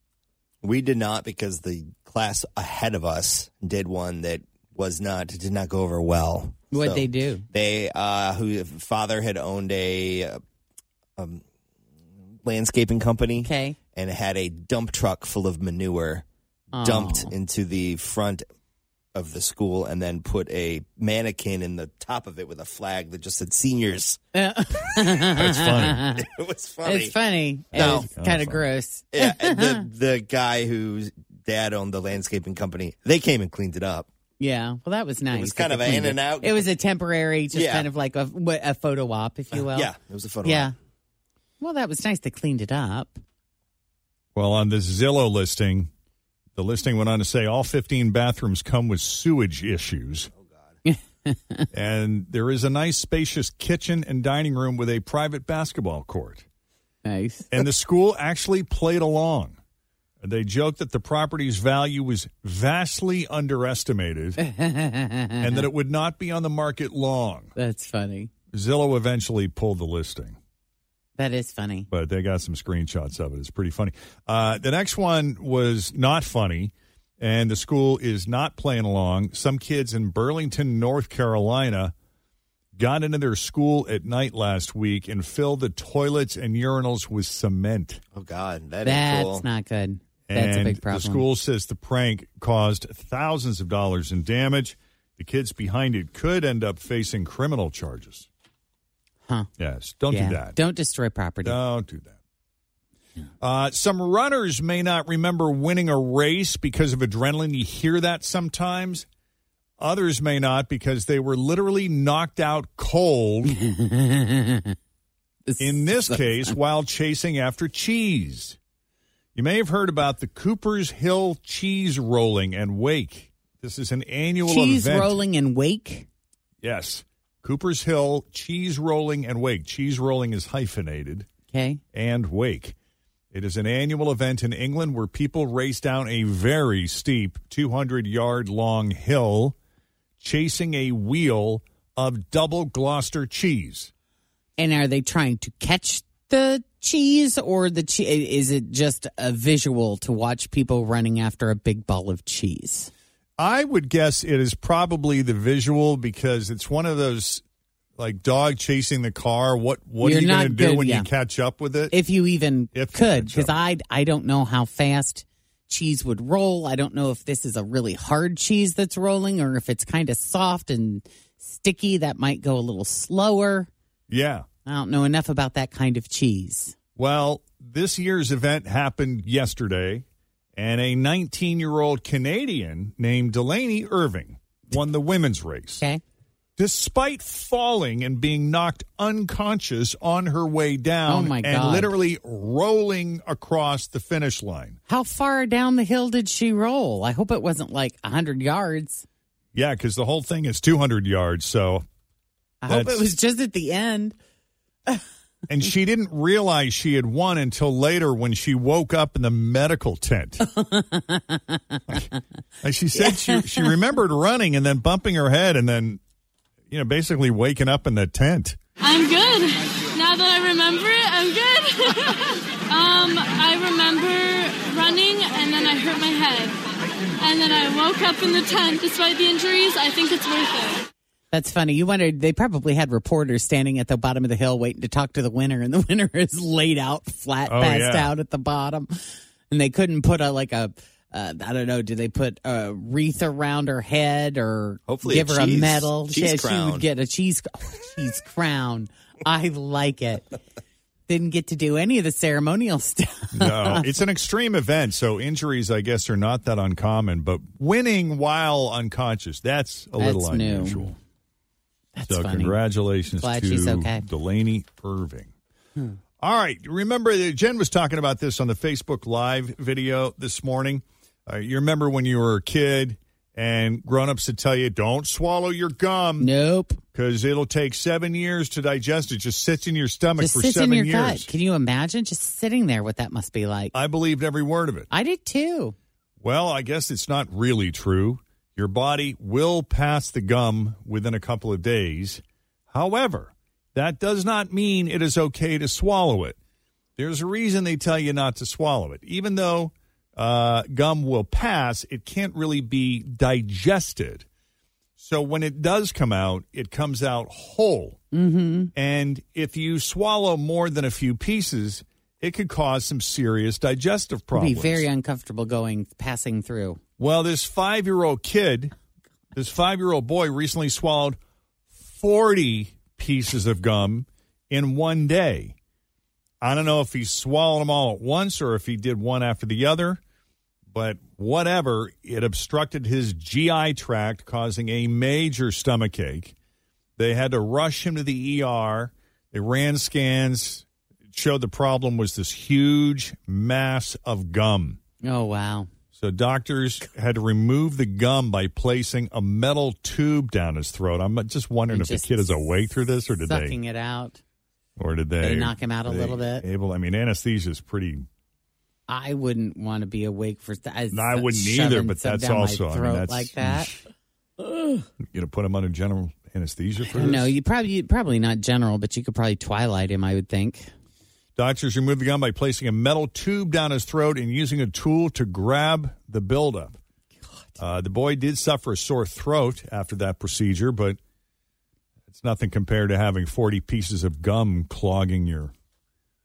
We did not because the class ahead of us did one that was not did not go over well. What'd So they do? They uh who father had owned a uh, um, landscaping company. Okay. And had a dump truck full of manure dumped Aw. into the front of the school and then put a mannequin in the top of it with a flag that just said seniors. That's (laughs) funny. It was funny. It's funny. It No. was kind of gross. Yeah, and the the guy whose dad owned the landscaping company, they came and cleaned it up. Yeah. Well, that was nice. was that kind they of an cleaned in and it. out. It was a temporary, just Yeah. Uh, kind of like a, what- a photo op, if you will. Yeah, it was a photo. Yeah. Well, that was nice. They cleaned it up. Well, on this Zillow listing, the listing went on to say all 15 bathrooms come with sewage issues. and there is a nice, spacious kitchen and dining room with a private basketball court. Nice. And the school actually played along. They joked that the property's value was vastly underestimated and and (laughs) that it would not be on the market long. That's funny. Zillow eventually pulled the listing. That is funny. but they got some screenshots of it. It's pretty funny. Uh, the next one was not funny, and the school is not playing along. Some kids in Burlington, North Carolina, got into their school at night last week and filled the toilets and urinals with cement. Oh God, that That's ain't cool. not good. That's a And big problem. The school says the prank caused thousands of dollars in damage. The kids behind it could end up facing criminal charges. Huh. Yes, don't Yeah. do that. Don't destroy property. Don't do that. Uh, some runners may not remember winning a race because of adrenaline. You hear that sometimes. Others may not because they were literally knocked out (laughs) cold. in this case, while chasing after cheese. You may have heard about the Cooper's Hill cheese rolling and wake. This is an annual Cheese event. rolling and wake. Yes. Cooper's Hill, cheese rolling and wake. Cheese rolling is hyphenated. Okay. And wake. It is an annual event in England where people race down a very steep 200 yard long hill chasing a wheel of double Gloucester cheese. And are they trying to catch the cheese or the che- is it just a visual to watch people running after a big ball of cheese? I would guess it is probably the visual because it's one of those like dog chasing the car. What what You're are you going to not do good, when yeah. you catch up with it? If you even If you could catch cuz up. I I don't know how fast cheese would roll. I don't know if this is a really hard cheese that's rolling or if it's kind of soft and sticky that might go a little slower. yeah. I don't know enough about that kind of cheese. Well, this year's event happened yesterday, and a 19 year old Canadian named Delaney Irving won the women's race. Okay. Despite falling and being knocked unconscious on her way down Oh, my and God. literally rolling across the finish line. How far down the hill did she roll? I hope it wasn't like 100 yards. Yeah, because the whole thing is 200 yards. So, I hope That's- it was just at the end. and she didn't realize she had won until later when she woke up in the medical (laughs) tent. Like she said, she she remembered running and then bumping her head and then, you know, basically waking up in the tent. (laughs) I'm good. Now that I remember it, I'm good. (laughs) um, I remember running and then I hurt my head. And then I woke up in the tent. Despite the injuries, I think it's worth it. That's funny. You wondered they probably had reporters standing at the bottom of the hill waiting to talk to the winner, and the (laughs) winner is laid out flat, Oh, passed yeah. out at the bottom, and they couldn't put a like a uh, I don't know. Did they put a wreath around her head or Hopefully a give her a cheese- medal? cheese yeah, she crown. would get a cheese (laughs) oh, cheese crown. I like it. Didn't get to do any of the ceremonial (laughs) stuff. No, (laughs) it's an extreme event, so injuries, I guess, are not that uncommon. But winning while unconscious—that's a little That's new. unusual. That's so funny. congratulations Glad to she's okay. Delaney Irving. All right. Remember, that Jen was talking about this on the Facebook Live video this morning. Uh, you remember when you were a kid And grown-ups that tell you don't swallow your gum. Nope. Because it'll take seven years to digest it. Just sits in your stomach Just for sits seven in your years. gut. Can you imagine just sitting there? What that must be like. I believed every word of it. I did too. Well, I guess it's not really true. Your body will pass the gum within a couple of days. However, that does not mean it is okay to swallow it. There's a reason they tell you not to swallow it. Even though uh, gum will pass, it can't really be digested. So when it does come out, it comes out whole. (laughs) Mm-hmm. (laughs) And if you swallow more than a few pieces, it could cause some serious digestive Be problems. very uncomfortable going passing through. Well, this five year old kid, this five year old boy recently swallowed 40 pieces of gum in one day. I don't know if he swallowed them all at once or if he did one after the other, but whatever, it obstructed his GI tract, causing a major stomach ache. They had to rush him to the ER. They ran scans, It showed the problem was this huge mass of gum. Oh wow. So doctors had to remove the gum by placing a metal tube down his throat. I'm just wondering if And just the kid is awake through this, or did Sucking they, it out. or did they, They knock him out a they little bit? Able, I mean, anesthesia is pretty. I wouldn't want to be awake for. Th- I, No, I wouldn't either, but that's also, I mean, throat that's- like that. Ugh. You know, put him under general anesthesia for this. No, you probably you- probably not general, but you could probably twilight him. I would think. Doctors removed the gum by placing a metal tube down his throat and using a tool to grab the buildup. Uh, the boy did suffer a sore throat after that procedure, but it's nothing compared to having 40 pieces of gum clogging your.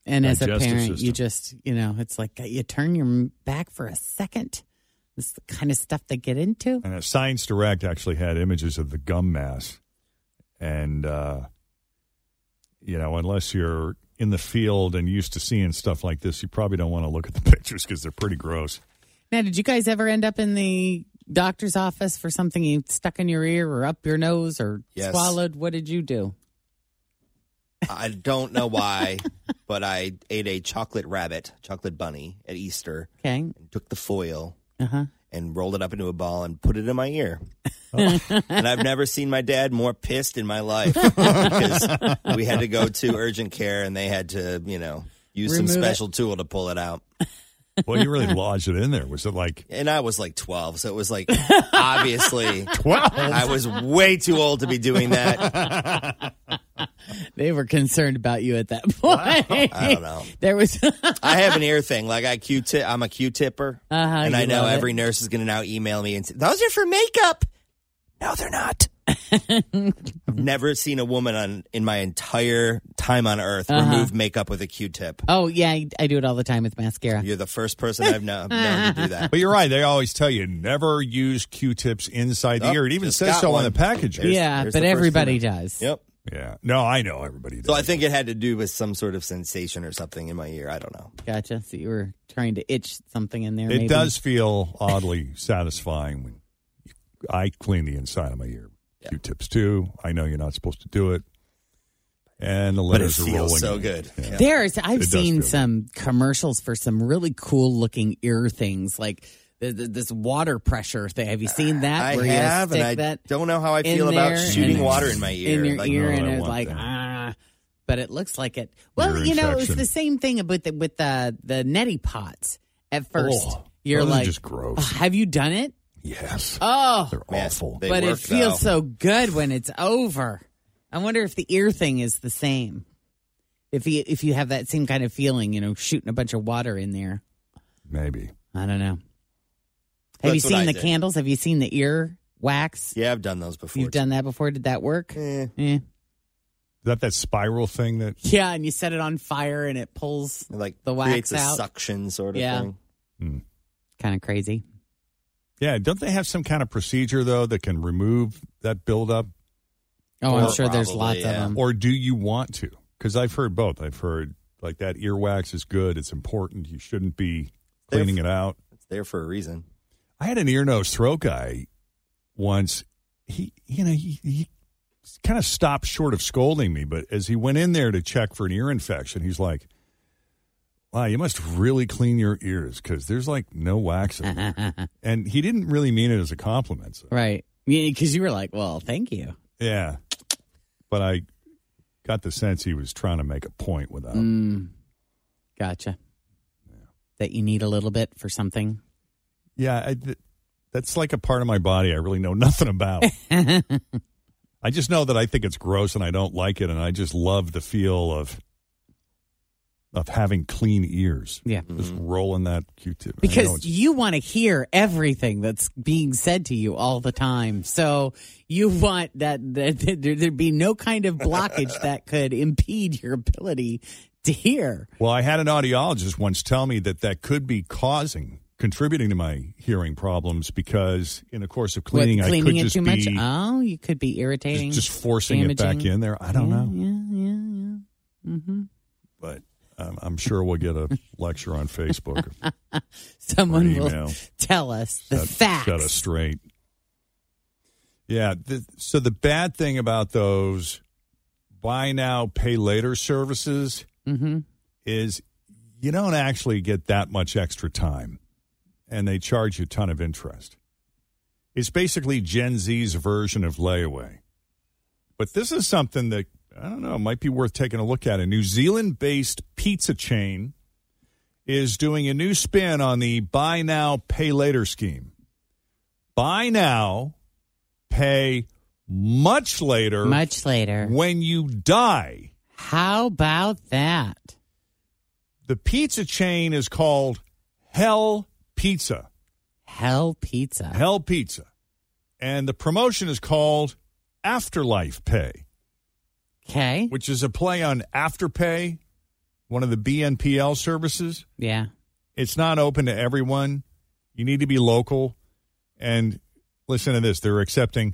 And as a digestive parent, you system. just you know, it's like you turn your m- back for a second. This is the kind of stuff they get into. And uh, Science Direct actually had images of the gum mass. And, uh, you know, unless you're in the field and used to seeing stuff like this, you probably don't want to look at the (laughs) pictures because they're pretty gross. Now, did you guys ever end up in the doctor's office for something you stuck in your ear or up your nose or Yes. swallowed? What did you do? I don't know why, but I ate a chocolate rabbit, chocolate bunny at Easter. Okay. And took the foil Uh huh. and rolled it up into a ball and put it in my ear. and I've never seen my dad more pissed in my life because we had to go to urgent care and they had to, you know, use some Remove it. special tool to pull it out. Well, (laughs) you really lodged it in there. Was it like And I was like 12, so it was like (laughs) obviously 12. I was way too old to be doing that. They were concerned about you (laughs) at that point. I don't know. There was. I have an ear thing. Like I Q-tip, I'm a Q-tipper, Uh-huh, and you I know love it. every nurse is going to now email me and say, "Those are for makeup." No, they're not. I've never seen a woman on in my entire time on Earth Uh-huh. remove makeup with a Q-tip. Oh yeah, I, I do it all the time with mascara. You're the first person I've known, known to do that. But you're right. They always tell you never use Q-tips inside the Oh, ear. It even just says got so one. on the packaging. There's- yeah, there's but the first everybody one. does. Yep. Yeah. No, I know everybody does. So I think it had to do with some sort of sensation or something in my ear. I don't know. Gotcha. So you were trying to itch something in there. It maybe. does feel oddly satisfying when I clean the inside of my ear. Q-tips too. I know you're not supposed to do it. And the But it letters are feels rolling. so in. good. Yeah. There's. I've It does seen feel some commercials for some really cool looking ear things, like the, the, this water pressure thing. Have you seen that? I where you have, and stick I that don't know how I in feel about there shooting and- water in my ear. In your Like, ear, no, and I it's want like that. ah. But it looks like it. Well, Ear you know, it's infection. the same thing with the, with the the neti pots. At first, Oh, you're those are like, just gross. "Oh, have you done it? Yes. Oh, They're awful. but it feels so good when it's over. I wonder if the ear thing is the same. If you if you have that same kind of feeling, you know, shooting a bunch of water in there. Maybe. I don't know. Have you That's what seen I the did. candles? Have you seen the ear wax? Yeah, I've done those before. You've done that before. Did that work? Eh. Yeah. Is that that spiral thing that Yeah, and you set it on fire and it pulls like the creates wax a out. suction sort of Yeah. thing. Kind of crazy. Hmm. Yeah, don't they have some kind of procedure though that can remove that buildup? Oh, I'm Or- sure there's lots of them. Or do you want to? Because I've heard both. I've heard like that earwax is good. It's important. You shouldn't be cleaning it out. It's there for a reason. I had an ear, nose, throat guy once. He, you know, he, he kind of stopped short of scolding me, but as he went in there to check for an ear infection, he's like, Wow, you must really clean your ears because there's like no (laughs) wax in there. and he didn't really mean it as a compliment. so- Right. Because Eh, you were like, well, thank you. Yeah. But I got the sense he was trying to make a point Oh. without. Mm, gotcha. That you need a little bit for something. Yeah, I, th- that's like a part of my body I really know (laughs) nothing (laughs) about. I just know that I think it's gross and I don't like it, and I just love the feel of of having clean ears. Yeah, just rolling that Q-tip. I know Because it's- you want to hear everything that's being said to you all the time. So you want that, that, that there- there'd be no kind of (laughs) blockage that could impede your ability to hear. Well, I had an audiologist once tell me that that could be causing, contributing to my hearing problems because in the course of What, cleaning, I could it just too much. be Oh, you could be irritating. just forcing it back damaging. in there. I don't Yeah, know, Yeah, yeah, yeah. hmm but um, I'm sure we'll get a (laughs) lecture on Facebook. Someone Or will email. tell us the Set- facts. Set us straight. Yeah. th- so the bad thing about those buy now, pay later services Mhm. is you don't actually get that much extra time and they charge you a ton of interest. It's basically Gen Z's version of layaway. But this is something that, I don't know, might be worth taking a look at. A New Zealand based pizza chain is doing a new spin on the buy now, pay later scheme. Buy now, pay much later. Much later. When you die. How about that? The pizza chain is called Hell Pizza. Hell Pizza. Hell Pizza. And the promotion is called Afterlife Pay. Okay. Which is a play on Afterpay, one of the BNPL services. Yeah. It's not open to everyone. You need to be local. And listen to this they're accepting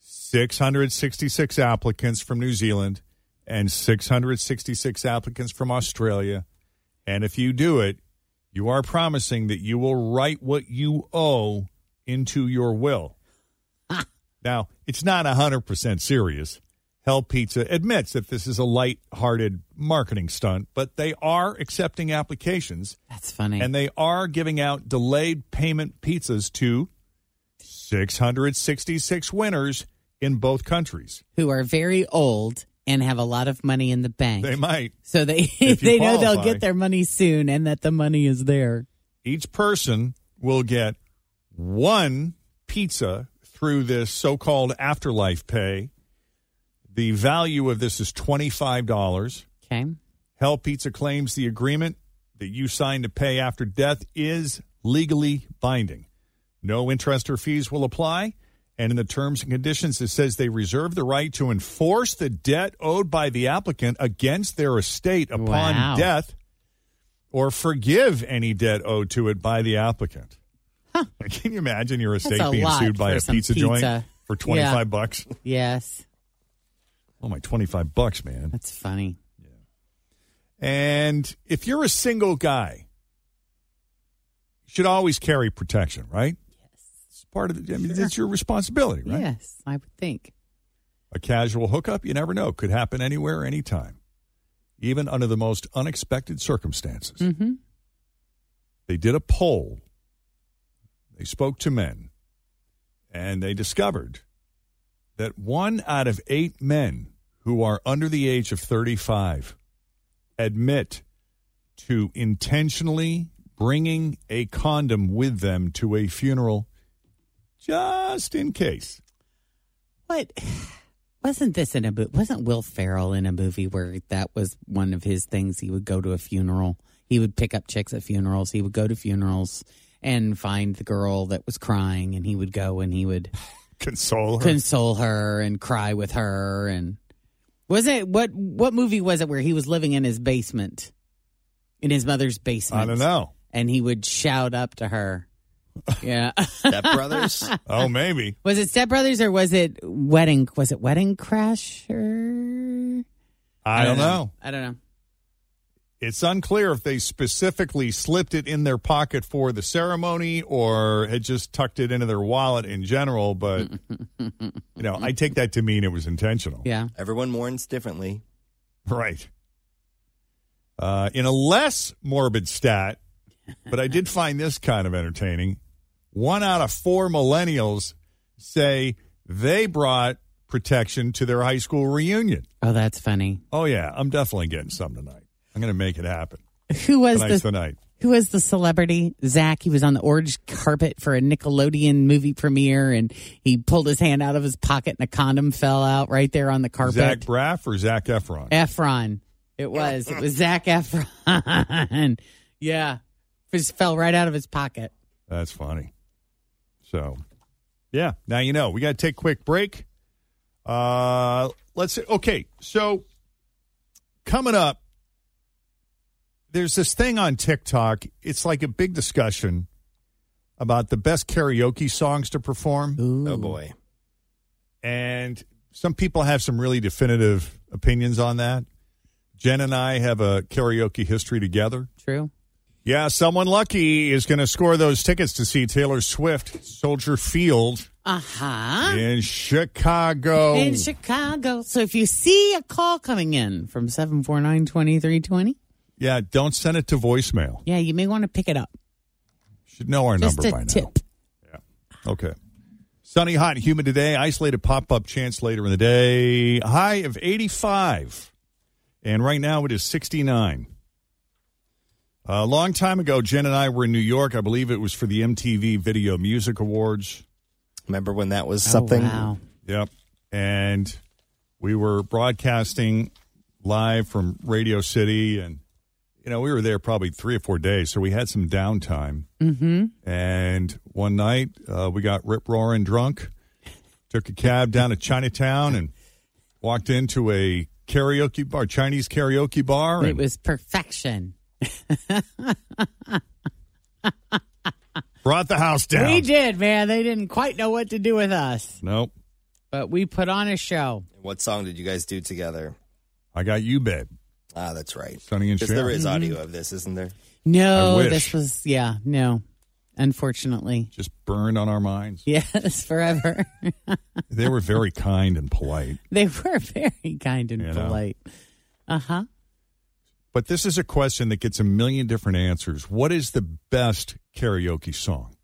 666 applicants from New Zealand and 666 applicants from Australia. And if you do it, you are promising that you will write what you owe into your will. Now, it's not 100% serious. Hell Pizza admits that this is a light-hearted marketing stunt, but they are accepting applications. That's funny. And they are giving out delayed payment pizzas to 666 winners in both (laughs) countries. Who are very old and have a lot of money in the bank. They might. So they If you (laughs) they know they'll qualify. get their money soon and that the money is there. Each person will get one pizza through this so-called afterlife pay. The value of this is $25. Okay. Hell Pizza claims the agreement that you signed to pay after death is legally binding. No interest or fees will apply. And in the terms and conditions, it says they reserve the right to enforce the debt owed by the applicant against their estate upon Wow. death or forgive any debt owed to it by the applicant. (laughs) Can you imagine your That's estate a being lot sued by for a some pizza, joint pizza. for Yeah. 25 bucks? (laughs) Yes. Oh my, 25 bucks, man. That's funny. And if you're a single guy, you should always carry protection, right? Yes. It's part of the, I mean, it's your responsibility, right? Yes, I would think. A casual hookup, you never know, could happen anywhere, anytime, even under the most unexpected circumstances. Mm-hmm. They did a poll. They spoke to men, and they discovered that one out of eight men who are under the age of 35 admit to intentionally bringing a condom with them to a funeral just in case. What wasn't this in a movie? Wasn't Will Ferrell in a movie where that was one of his things? He would go to a funeral. He would pick up chicks at funerals. He would go to funerals and find the girl that was crying, and he would go and he would (laughs) console her. console her and cry with her. And was it what what movie was it where he was living in his basement, in his mother's basement? I don't know. And he would shout up to her. Yeah, Step (laughs) Brothers? oh, maybe. was it Step Brothers or was it Wedding? Was it Wedding Crasher? I, don't know. I don't know. It's unclear if they specifically slipped it in their pocket for the ceremony or had just tucked it into their wallet in general, (laughs) but you know, I take that to mean it was intentional. Yeah. Everyone mourns differently. Right. Uh, in a less morbid stat, but I (laughs) did find this kind of entertaining. One out of four millennials say they brought protection to their high school reunion. Oh, that's funny. Oh yeah, I'm definitely getting some tonight. I'm going to make it happen. (laughs) Who was tonight's the the night? Who was the celebrity? Zach. He was on the orange carpet for a Nickelodeon movie premiere, and he pulled his hand out of his pocket, and a condom fell out right there on the carpet. Zach Braff or Zach Efron? Efron. It was. (laughs) It was Zach Efron. yeah, just fell right out of his pocket. That's funny. So, yeah. Now you know. We got to take a quick break. Uh Let's see. Okay. So, coming up, there's this thing on TikTok. It's like a big discussion about the best karaoke songs to perform. Oh, boy. And some people have some really definitive opinions on that. Jen and I have a karaoke history together. True. Yeah, someone lucky is going to score those tickets to see Taylor Swift, Soldier Field Uh huh. in Chicago. In Chicago. So if you see a call coming in from 749 2320, yeah, don't send it to voicemail. yeah, you may want to pick it up. Should know our Just number a by tip. now. Okay. Sunny, hot, and humid today. Isolated pop up chance later in the day. High of 85. And right now it is 69. A long time ago, Jen and I were in New York. I believe it was for the MTV Video Music Awards. Remember when that was Oh, something? wow. Yep. And we were broadcasting live from Radio City. And, you know, we were there probably three or four days. So we had some downtime. Mm hmm. And one night uh, we got rip roaring drunk, took a cab down to Chinatown and walked into a karaoke bar, Chinese karaoke bar. It And was perfection. brought the house down. We did, man. They didn't quite know what to do with us, Nope. but we put on a show. What song did you guys do together? I got you, babe. Ah, that's right. Sonny and 'Cause there Cher. is Mhm. audio of this, isn't there? I No, wish. this was, yeah, no, unfortunately. Just burned on our minds. (laughs) Yes, forever. (laughs) They were very kind and polite. they were very kind and You know. polite. Uh huh. But this is a question that gets a million different answers. What is the best karaoke song?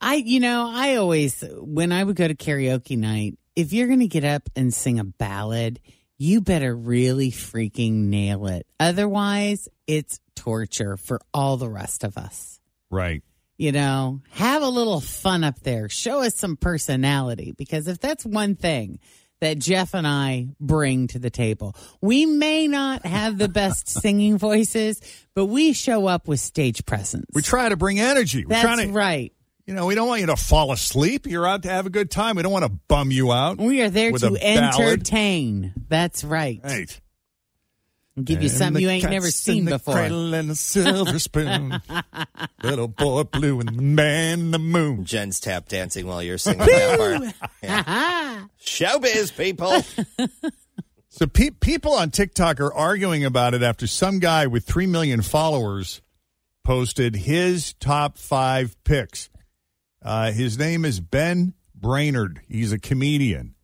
I, you know, I always, when I would go to karaoke night, if you're going to get up and sing a ballad, you better really freaking nail it. Otherwise, it's torture for all the rest of us. Right. You know, have a little fun up there. Show us some personality because if that's one thing that Jeff and I bring to the table, we may not have (laughs) the best singing voices, but we show up with stage presence. We try to bring energy. We're That's trying to, right. You know, we don't want you to fall asleep. You're out to have a good time. We don't want to bum you out. We are there with to a ballad. entertain. That's right. Right. I'll give you And something the you ain't cat's never in seen the before. cradle and the (laughs) (laughs) silver spoon. Little boy blue and the man in the moon. Jen's tap dancing while you're singing that (laughs) part. Showbiz people. So pe- people on TikTok are arguing about it after some guy with 3 million followers posted his top five picks. Uh, his name is Ben Brainerd. He's a comedian.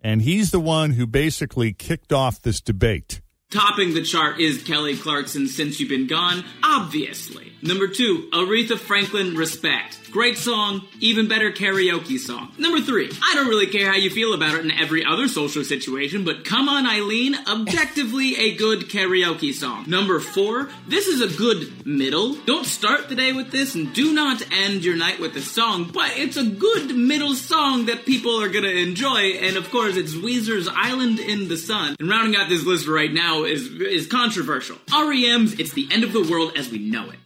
And he's the one who basically kicked off this debate. Topping the chart is Kelly Clarkson Since You've Been Gone, obviously. Number two, Aretha Franklin Respect. Great song, even better karaoke song. Number three, I don't really care how you feel about it in every other social situation, but Come On Eileen, objectively a good karaoke song. Number four, this is a good middle. Don't start the day with this and do not end your night with this song, but it's a good middle song that people are gonna enjoy, and of course it's Weezer's Island in the Sun. And rounding out this list right now is is controversial. REM's It's the End of the World as We Know It.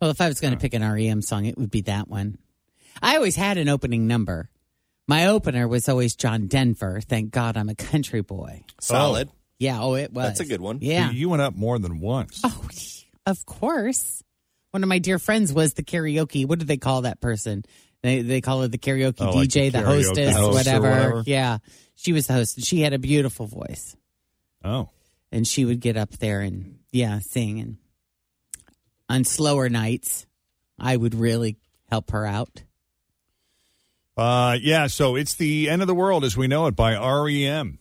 Well, if I was going to pick an REM song, it would be that one. I always had an opening number. My opener was always John Denver. Thank God I'm a country boy. Solid. Oh. Yeah, oh, it was. That's a good one. Yeah. Oh, You went up more than once. (laughs) Of course. One of my dear friends was the karaoke. What do they call that person? They, they call it the karaoke Oh, like DJ, the the karaoke hostess, host or whatever. whatever. Yeah. She was the host. and She had a beautiful voice. Oh. And she would get up there and, yeah, sing. And on slower nights, I would really help her out. Uh, yeah, so it's the end of the world as we know it by REM. E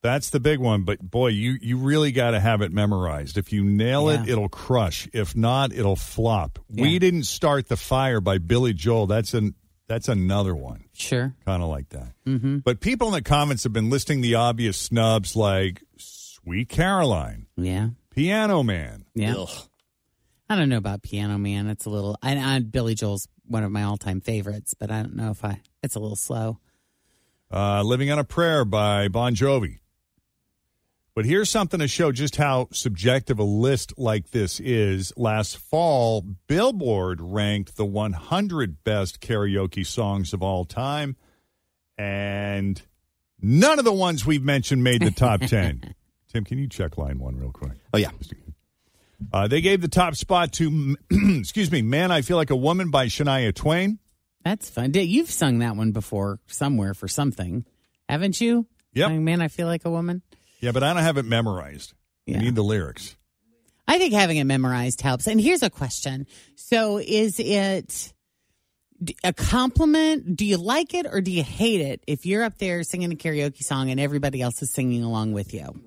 That's the big one, but boy, you you really got to have it memorized. If you nail it, it'll crush. If not, it'll flop. We didn't start the fire by Billy Joel. That's an that's another one. Sure. Kind of like that. Mm-hmm. But people in the comments have been listing the obvious snubs like Sweet Caroline. Yeah. Piano Man. Yeah. I don't know about Piano Man. It's a little. I, I Billy Joel's one of my all-time favorites, but I don't know if I. It's a little slow. Uh, Living on a Prayer by Bon Jovi. But here's something to show just how subjective a list like this is. Last fall, Billboard ranked the 100 best karaoke songs of all time, and none of the ones we've mentioned made (laughs) the top 10. Tim, can you check line one real quick? Oh, yeah. Uh, they gave the top spot to, (clears throat) excuse me, Man, I Feel Like a Woman by Shania Twain. That's fun. Did- You've sung that one before somewhere for something, haven't you? Yep. Sung Man, I feel like a woman. Yeah, but I don't have it memorized. I need the lyrics. I think having it memorized helps. And here's a question: So, is it d- a compliment? Do you like it or do you hate it if you're up there singing a karaoke song and everybody else is singing along with you?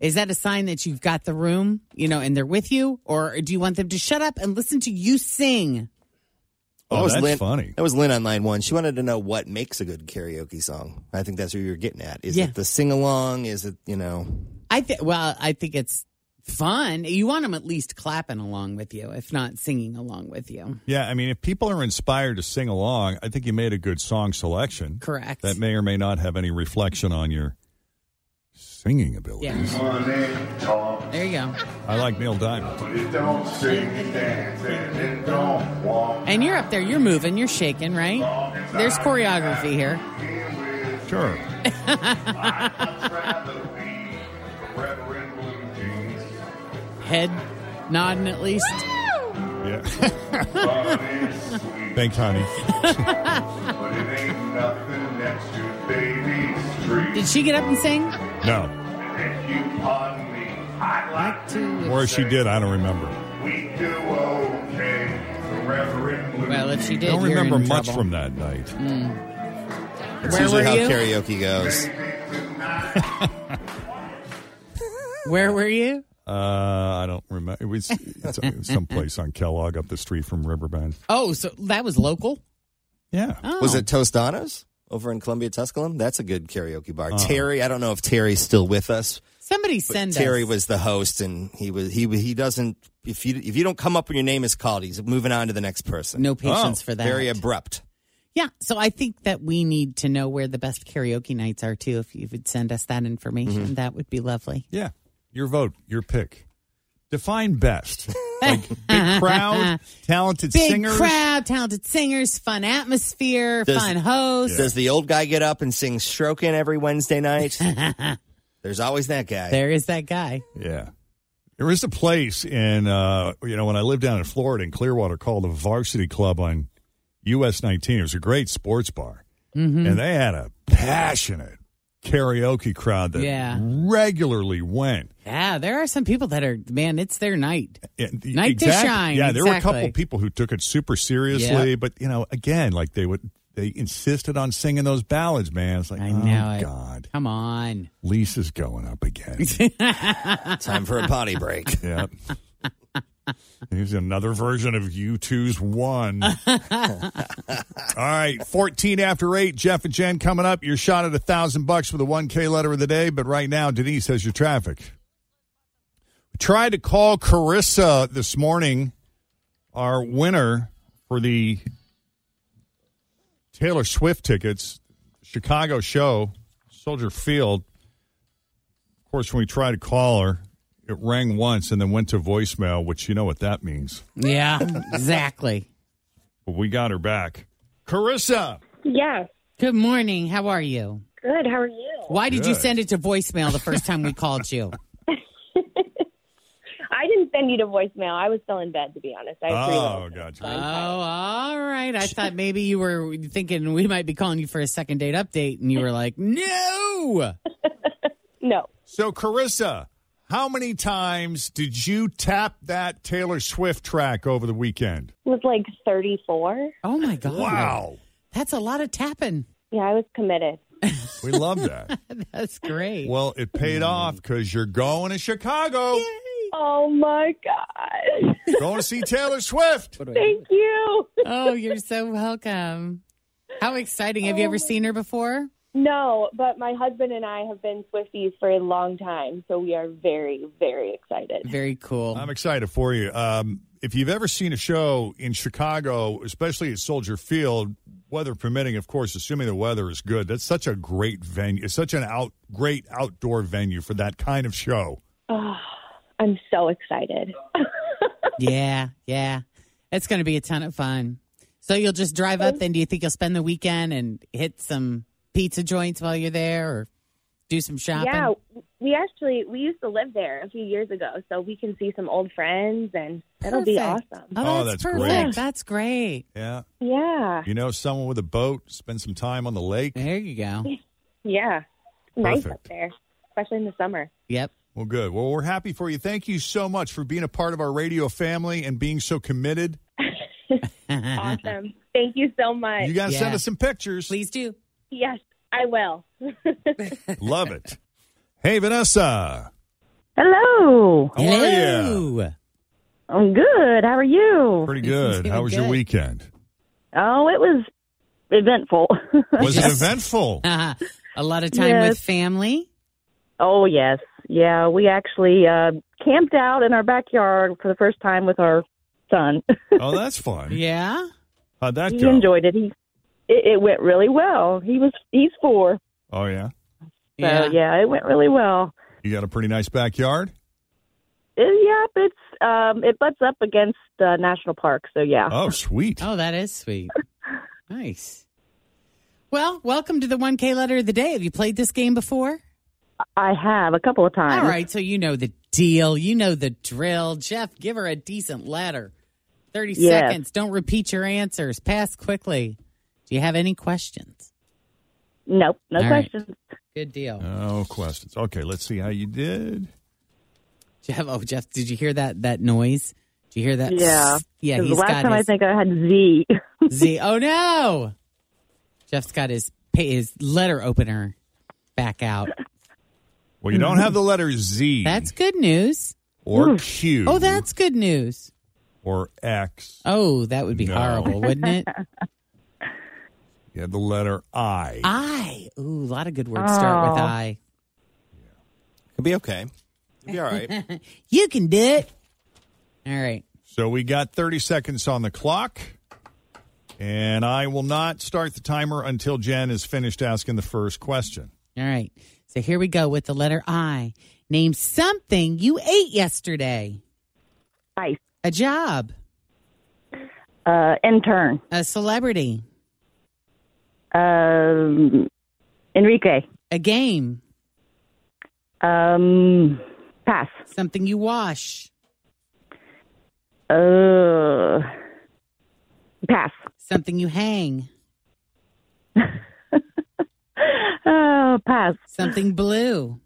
Is that a sign that you've got the room, you know, and they're with you, or do you want them to shut up and listen to you sing? Oh, That was that's Lynn- funny. That was Lynn on line one. She wanted to know what makes a good karaoke song. I think that's what you were getting at. Is Yeah. it the sing along? Is it, you know, I think. Well, I think it's fun. You want them at least clapping along with you, if not singing along with you. Yeah, I mean, if people are inspired to sing along, I think you made a good song selection. Correct. That may or may not have any reflection on your singing ability. Yeah. There you go. I like Neil Diamond. And you're up there. You're moving. You're shaking. Right. There's choreography here. Sure. (laughs) Head nodding at least. (laughs) Thanks, honey. (laughs) Did she get up and sing? No. Or if she did, I don't remember. Well, if she I did, don't you're remember in much trouble. from that night. that's Where usually were how you? karaoke goes. (laughs) Where were you? Uh, I don't remember. It was it's someplace on Kellogg up the street from Riverbend. Oh, so that was local. Yeah. Oh. Was it Tostadas over in Columbia, Tusculum? That's a good karaoke bar. Oh. Terry, I don't know if Terry's still with us. Somebody but send Terry us. was the host, and he was he he doesn't if you if you don't come up when your name is called, he's moving on to the next person. No patience Oh. for that. Very abrupt. Yeah, so I think that we need to know where the best karaoke nights are too. If you would send us that information, Mm-hmm. that would be lovely. Yeah. Your vote, your pick. Define (laughs) best. (laughs) Like (laughs) big crowd, talented Big singers. crowd, talented singers, fun atmosphere, Does- fun host. Does the old guy get up and sing "Stroking" every Wednesday (laughs) night? There's always that guy. There is that guy. Yeah. There is a place in, uh, you know, when I lived down in Florida in Clearwater called the Varsity Club on US 19. It was a great sports bar. Hmm. Mm-hmm. And they had a passionate karaoke crowd that Yeah. regularly went. yeah, there are some people that are man. It's their night. And the- Night to exactly- shine. Yeah, there were a couple exactly. people who took it super seriously, Yeah. but you know, again, like they would, they insisted on singing those ballads. Man, it's like, I know oh it. God, Come on. Lisa's going up (laughs) again. Time for a potty break. (laughs) yep. Here's another version of U2's (laughs) One. All right, 14 after 8, Jeff and Jen coming up. Your shot at a 1000 bucks with a 1K letter of the day, but right now, Denise has your traffic. We tried to call Carissa this morning, our winner for the Taylor Swift tickets, Chicago show, Soldier Field. Of course, when we tried to call her, it rang once and then went to voicemail, which you know what that means. Yeah, exactly. But we got her back. Carissa. Yes. Good morning. How are you? Good. How are you? Why did you Good. send it to voicemail the first time we called you? I didn't send you to voicemail. I was still in bed, to be honest. I agree with you. gotcha. Oh, all right. (laughs) I thought maybe you were thinking we might be calling you for a second date update, and you were like, no. no. So, Carissa, how many times did you tap that Taylor Swift track over the weekend? It was like 34. Oh, my God. Wow. That's a lot of tapping. Yeah, I was committed. We love that. (laughs) That's great. Well, it paid off because you're going to Chicago. Oh my God. Going to see Taylor Swift. Thank you. Oh, you're so welcome. How exciting. Have you Oh. ever seen her before? No, but my husband and I have been Swifties for a long time, so we are very, very excited. Very cool. I'm excited for you. Um, if you've ever seen a show in Chicago, especially at Soldier Field, weather permitting, of course, assuming the weather is good, that's such a great venue. It's such an out great outdoor venue for that kind of show. Oh, I'm so excited. yeah, yeah. It's going to be a ton of fun. So you'll just drive up then? Do you think you'll spend the weekend and hit some pizza joints while you're there or do some shopping? Yeah, we actually we used to live there a few years ago, so we can see some old friends, and it'll be Perfect. awesome. Oh, that's perfect. great. That's great. Yeah. Yeah, You know, someone with a boat, spend some time on the lake. There you go. yeah, nice up Perfect. there, especially in the summer. Yep. Well, good. Well, we're happy for you. Thank you so much for being a part of our radio family and being so (laughs) committed. Awesome. Thank you so much. You got to send us some pictures. Please do. Yes, I will. Love it. Hey, Vanessa. Hello. How are you? I'm good. How are you? Pretty good. How was your weekend? Oh, it was eventful. Was it eventful? Uh-huh. a lot of time with Yes. family. oh, yes. Yeah, we actually uh, camped out in our backyard for the first time with our son. Oh, that's fun. Yeah. How'd (laughs) that he go? enjoyed it. He it, it went really well. He was he's 4. Oh, yeah. So yeah, it went really well. You got a pretty nice backyard? It, yep, it's um it butts up against uh, national park, so yeah. Oh, sweet. Oh, that is (laughs) sweet. nice. Well, welcome to the 1K letter of the day. Have you played this game before? I have a couple of times. All right, so you know the deal. You know the drill. Jeff, give her a decent letter. 30 Yes. seconds. Don't repeat your answers. Pass quickly. Do you have any questions? Nope, no All right. questions. Good deal. No questions. Okay, let's see how you did. Jeff, oh, Jeff, did you hear that that noise? Did you hear that? Yeah. Yeah, 'Cause he's the last got time I his think I had Z. Z. Oh, no. Jeff's got his, pa- his letter opener back out. Well, you don't have the letter Z That's good news. or Q Oh, that's good news. or X. Oh, that would be No. horrible, (laughs) wouldn't it? You had the letter I. I. Ooh, a lot of good words start with Oh. I. Could be okay. Could be all right. (laughs) you can do it. All right. So we got 30 seconds on the clock. And I will not start the timer until Jen is finished asking the first question. All right. So here we go with the letter I. Name something you ate yesterday. Ice. A job. Uh, intern. A celebrity. Um, Enrique. A game. Um, pass. Something you wash. Uh, pass. Something you hang. (laughs) Oh, pass. Something blue.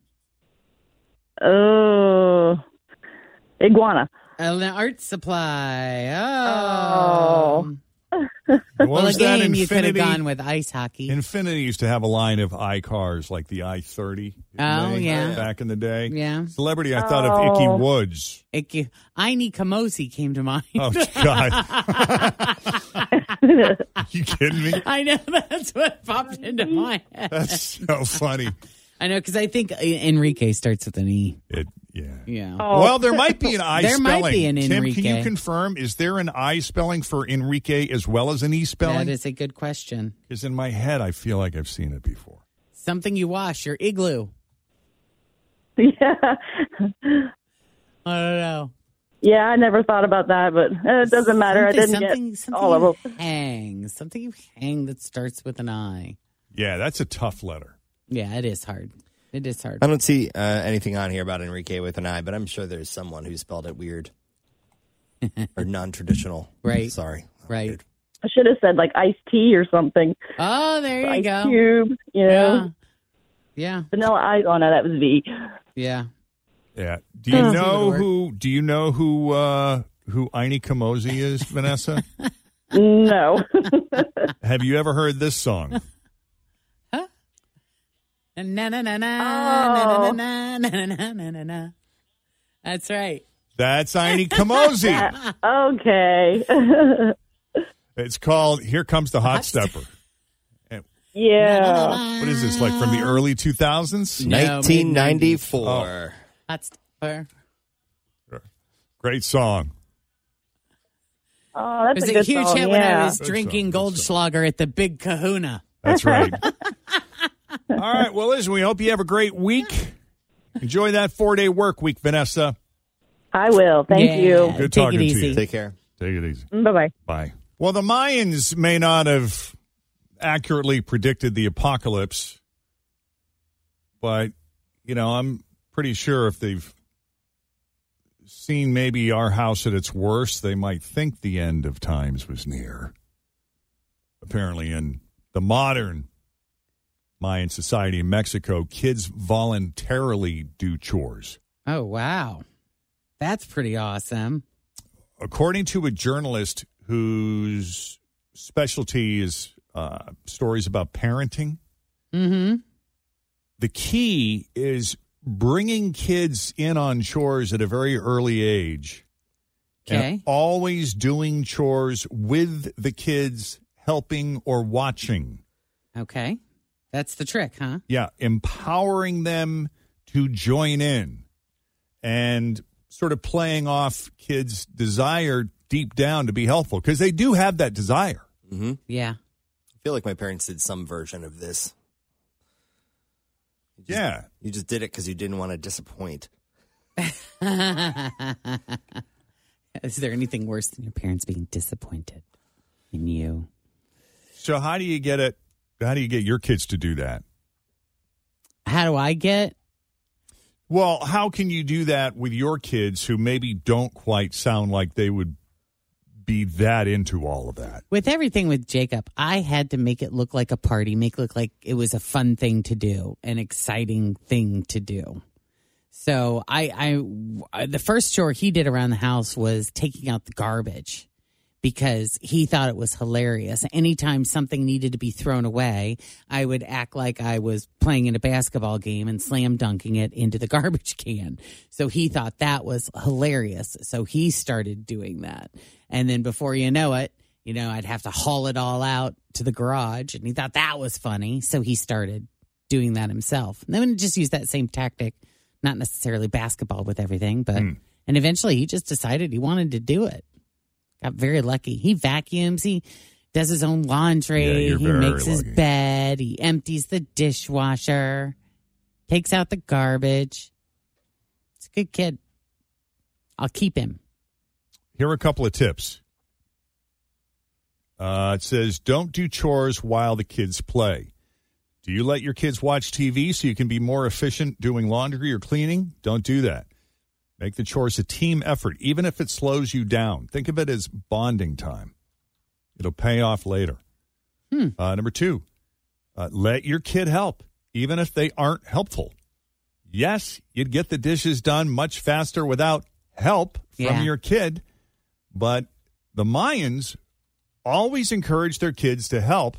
Oh, iguana. An art supply. Oh. What Well, a was that game you could have Infinity? gone with ice hockey. Infinity used to have a line of i cars like the i thirty. Oh, yeah. back in the day. Yeah. Celebrity, I thought of Icky Oh. Woods. Thank you. Aini Kamosi came to mind. (laughs) Oh (laughs) God, you kidding me? I know (laughs) that's what popped into my head. That's so funny. I know because I think uh, Enrique starts with an E. It, yeah. Yeah. Oh. Well, there might (laughs) be an I There spelling. might be an Enrique. Tim, can you confirm? Is there an I spelling for Enrique as well as an E that spelling? is a good question. Because in my head, I feel like I've seen it before. Something you wash, your igloo. Yeah. I don't know. Yeah, I never thought about that, but uh, it doesn't matter. I didn't Something- get something- something all of you them. Hang. Something you hang that starts with an I. Yeah, that's a tough letter. Yeah, it is hard. It is hard. I don't see uh, anything on here about Enrique with an I, but I'm sure there's someone who spelled it (laughs) weird or non traditional. Right. Sorry. Right. I should have said like iced tea or something. Oh, there you Ice go. cube. You know, Yeah. vanilla ice. Oh no, that was V. Yeah. Yeah. Do you Oh. know who? Do you know who? uh Who Aini Kamosi is, (laughs) Vanessa? No. (laughs) Have you ever heard this song? Na na na Oh. na na na na na na na na na. That's right. That's Aini (laughs) Kamosi. (laughs) okay. (laughs) It's called Here Comes the Hot Stepper. yeah. What is this, like from the early Oh, 2000s? No, mid-nineties. 1994. Hot stepper. Great (laughs) song. Oh, that's it was a good huge song, hit when yeah. I was Good drinking Goldschlager at the Big Kahuna. That's right. All right. Well, listen, we hope you have a great week. Enjoy that four day work week, Vanessa. I will. Thank you. Good talking to you. care. Take it easy. Bye bye. Bye. Well, the Mayans may not have accurately predicted the apocalypse, but, you know, I'm pretty sure if they've seen maybe our house at its worst, they might think the end of times was near. Apparently, in the modern Mayan society in Mexico, kids voluntarily do chores. Oh wow, that's pretty awesome. according to a journalist whose specialty is uh, stories about parenting, Mm-hmm. the key is bringing kids in on chores at a very early age. Okay. And always doing chores with the kids helping or watching. Okay, that's the trick, huh? Yeah, empowering them to join in and sort of playing off kids' desire deep down to be helpful because they do have that desire. Mm-hmm. Yeah. I feel like my parents did some version of this. You just- Yeah. You just did it because you didn't want to disappoint. (laughs) Is there anything worse than your parents being disappointed in you? So how do you get it? How do you get your kids to do that? How do I get? Well, how can you do that with your kids who maybe don't quite sound like they would be that into all of that? With everything with Jacob, I had to make it look like a party, make it look like it was a fun thing to do, an exciting thing to do. So I, I, the first chore he did around the house was taking out the garbage because he thought it was hilarious. Anytime something needed to be thrown away, I would act like I was playing in a basketball game and slam dunking it into the (laughs) garbage can. So he thought that was hilarious. So he started doing that. And then before you know it, you know, I'd have to haul it all out to the garage. And he thought that was funny. So he started doing that himself. And then just use that same tactic, not necessarily basketball with everything, but. Hmm. And eventually he just decided he wanted to do it got very lucky. He vacuums. He does his own laundry. Yeah, you're he very makes his lucky. bed. He empties the dishwasher. Takes out the garbage. It's a good kid. I'll keep him. Here are a couple of tips. Uh, it says, don't do chores while the kids play. Do you let your kids watch TV so you can be more efficient doing laundry or cleaning? Don't do that. Make the chores a team effort, even if it slows you down. Think of it as bonding time, it'll pay off later. Uh, number two, uh, let your kid help, even if they aren't helpful. Yes, you'd get the dishes done much faster without help from Yeah. your kid, but the Mayans always encourage their kids to help.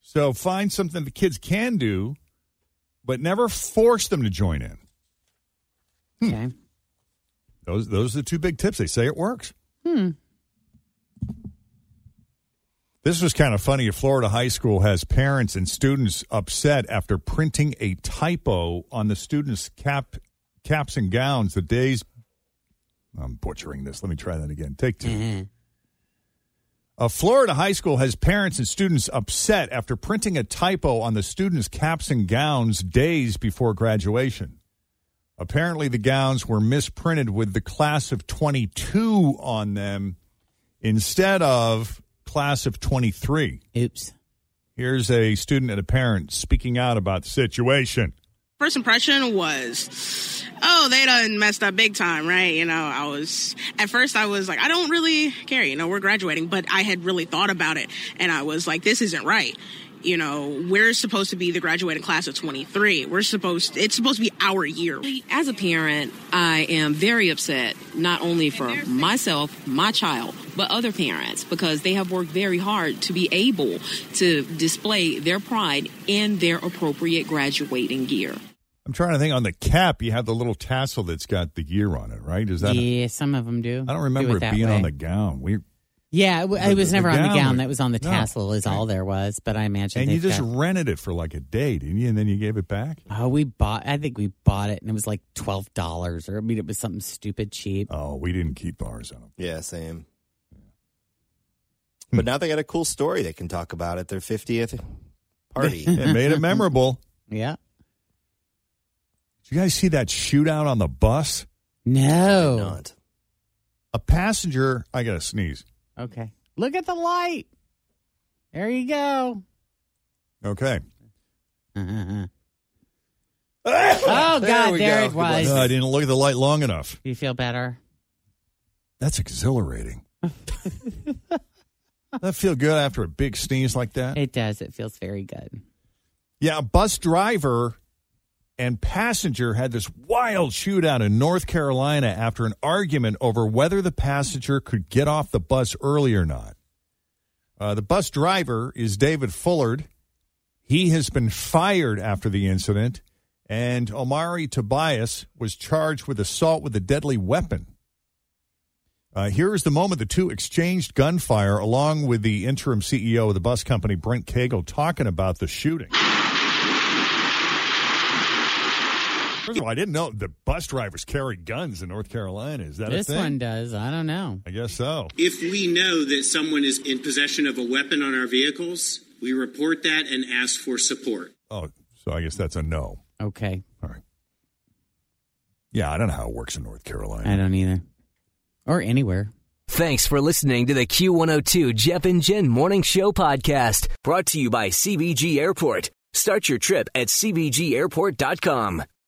So find something the kids can do, but never force them to join in. Hmm. Okay. Those those are the two big tips. They say it works. Hmm. This was kind of funny. A Florida high school has parents and students upset after printing a typo on the students' cap caps and gowns the days. I'm butchering this. Let me try that again. Take 2 A Florida high school has parents and students upset after printing a typo on the students' caps and gowns days before graduation. Apparently, the gowns were misprinted with the class of 22 on them instead of class of 23. Oops. Here's a student and a parent speaking out about the situation. First impression was, oh, they done messed up big time, right? You know, I was, at first I was like, I don't really care, you know, we're graduating, but I had really thought about it and I was like, this isn't right. you know, we're supposed to be the graduating class of 23. We're supposed, it's supposed to be our year. As a parent, I am very upset, not only for myself, my child, but other parents because they have worked very hard to be able to display their pride in their appropriate graduating year. I'm trying to think. On the cap, you have the little tassel that's got the year on it, right? Is that? yeah, some of them do. I don't remember do it, that being way. on the gown. We Yeah, it, w- The- it was the never on gown the gown. was- That was on the No. tassel. Is all there was. But I imagine. and you they've just got- rented it for like a day, didn't you? And then you gave it back. oh, we bought. I think we bought it, and it was like twelve dollars, or I mean, it was something stupid cheap. Oh, we didn't keep ours. on. Yeah, same. Hmm. But now they got a cool story they can talk about at their (laughs) 50th party. it made it memorable. Yeah. Did you guys see that shootout on the bus? No. A passenger. I got to sneeze. Okay. Look at the light. There (laughs) you go. Okay. oh God, God, there it was. I didn't look at the light long enough. You feel better? That's (laughs) exhilarating. Does that feel good after a big sneeze like that? It does. It feels very good. Yeah, a bus driver and passenger had this wild shootout in North Carolina after an argument over whether the passenger could get off the bus early or not. Uh, the bus driver is David Fullard. He has been fired after the incident, and Omari Tobias was charged with assault with a deadly weapon. Uh, here is the moment the two exchanged gunfire, along with the interim CEO of the bus company, Brent Cagle, talking about the shooting. First of all, I didn't know the bus drivers carry guns in North Carolina. Is that this a thing? one does. I don't know. I guess so. If we know that someone is in possession of a weapon on our vehicles, we report that and ask for support. Oh, so I guess that's a no. Okay. All right. Yeah, I don't know how it works in North Carolina. I don't either. Or anywhere. Thanks for listening to the Q102 Jeff and Jen Morning Show podcast, brought to you by CBG Airport. Start your trip at CBGAirport.com.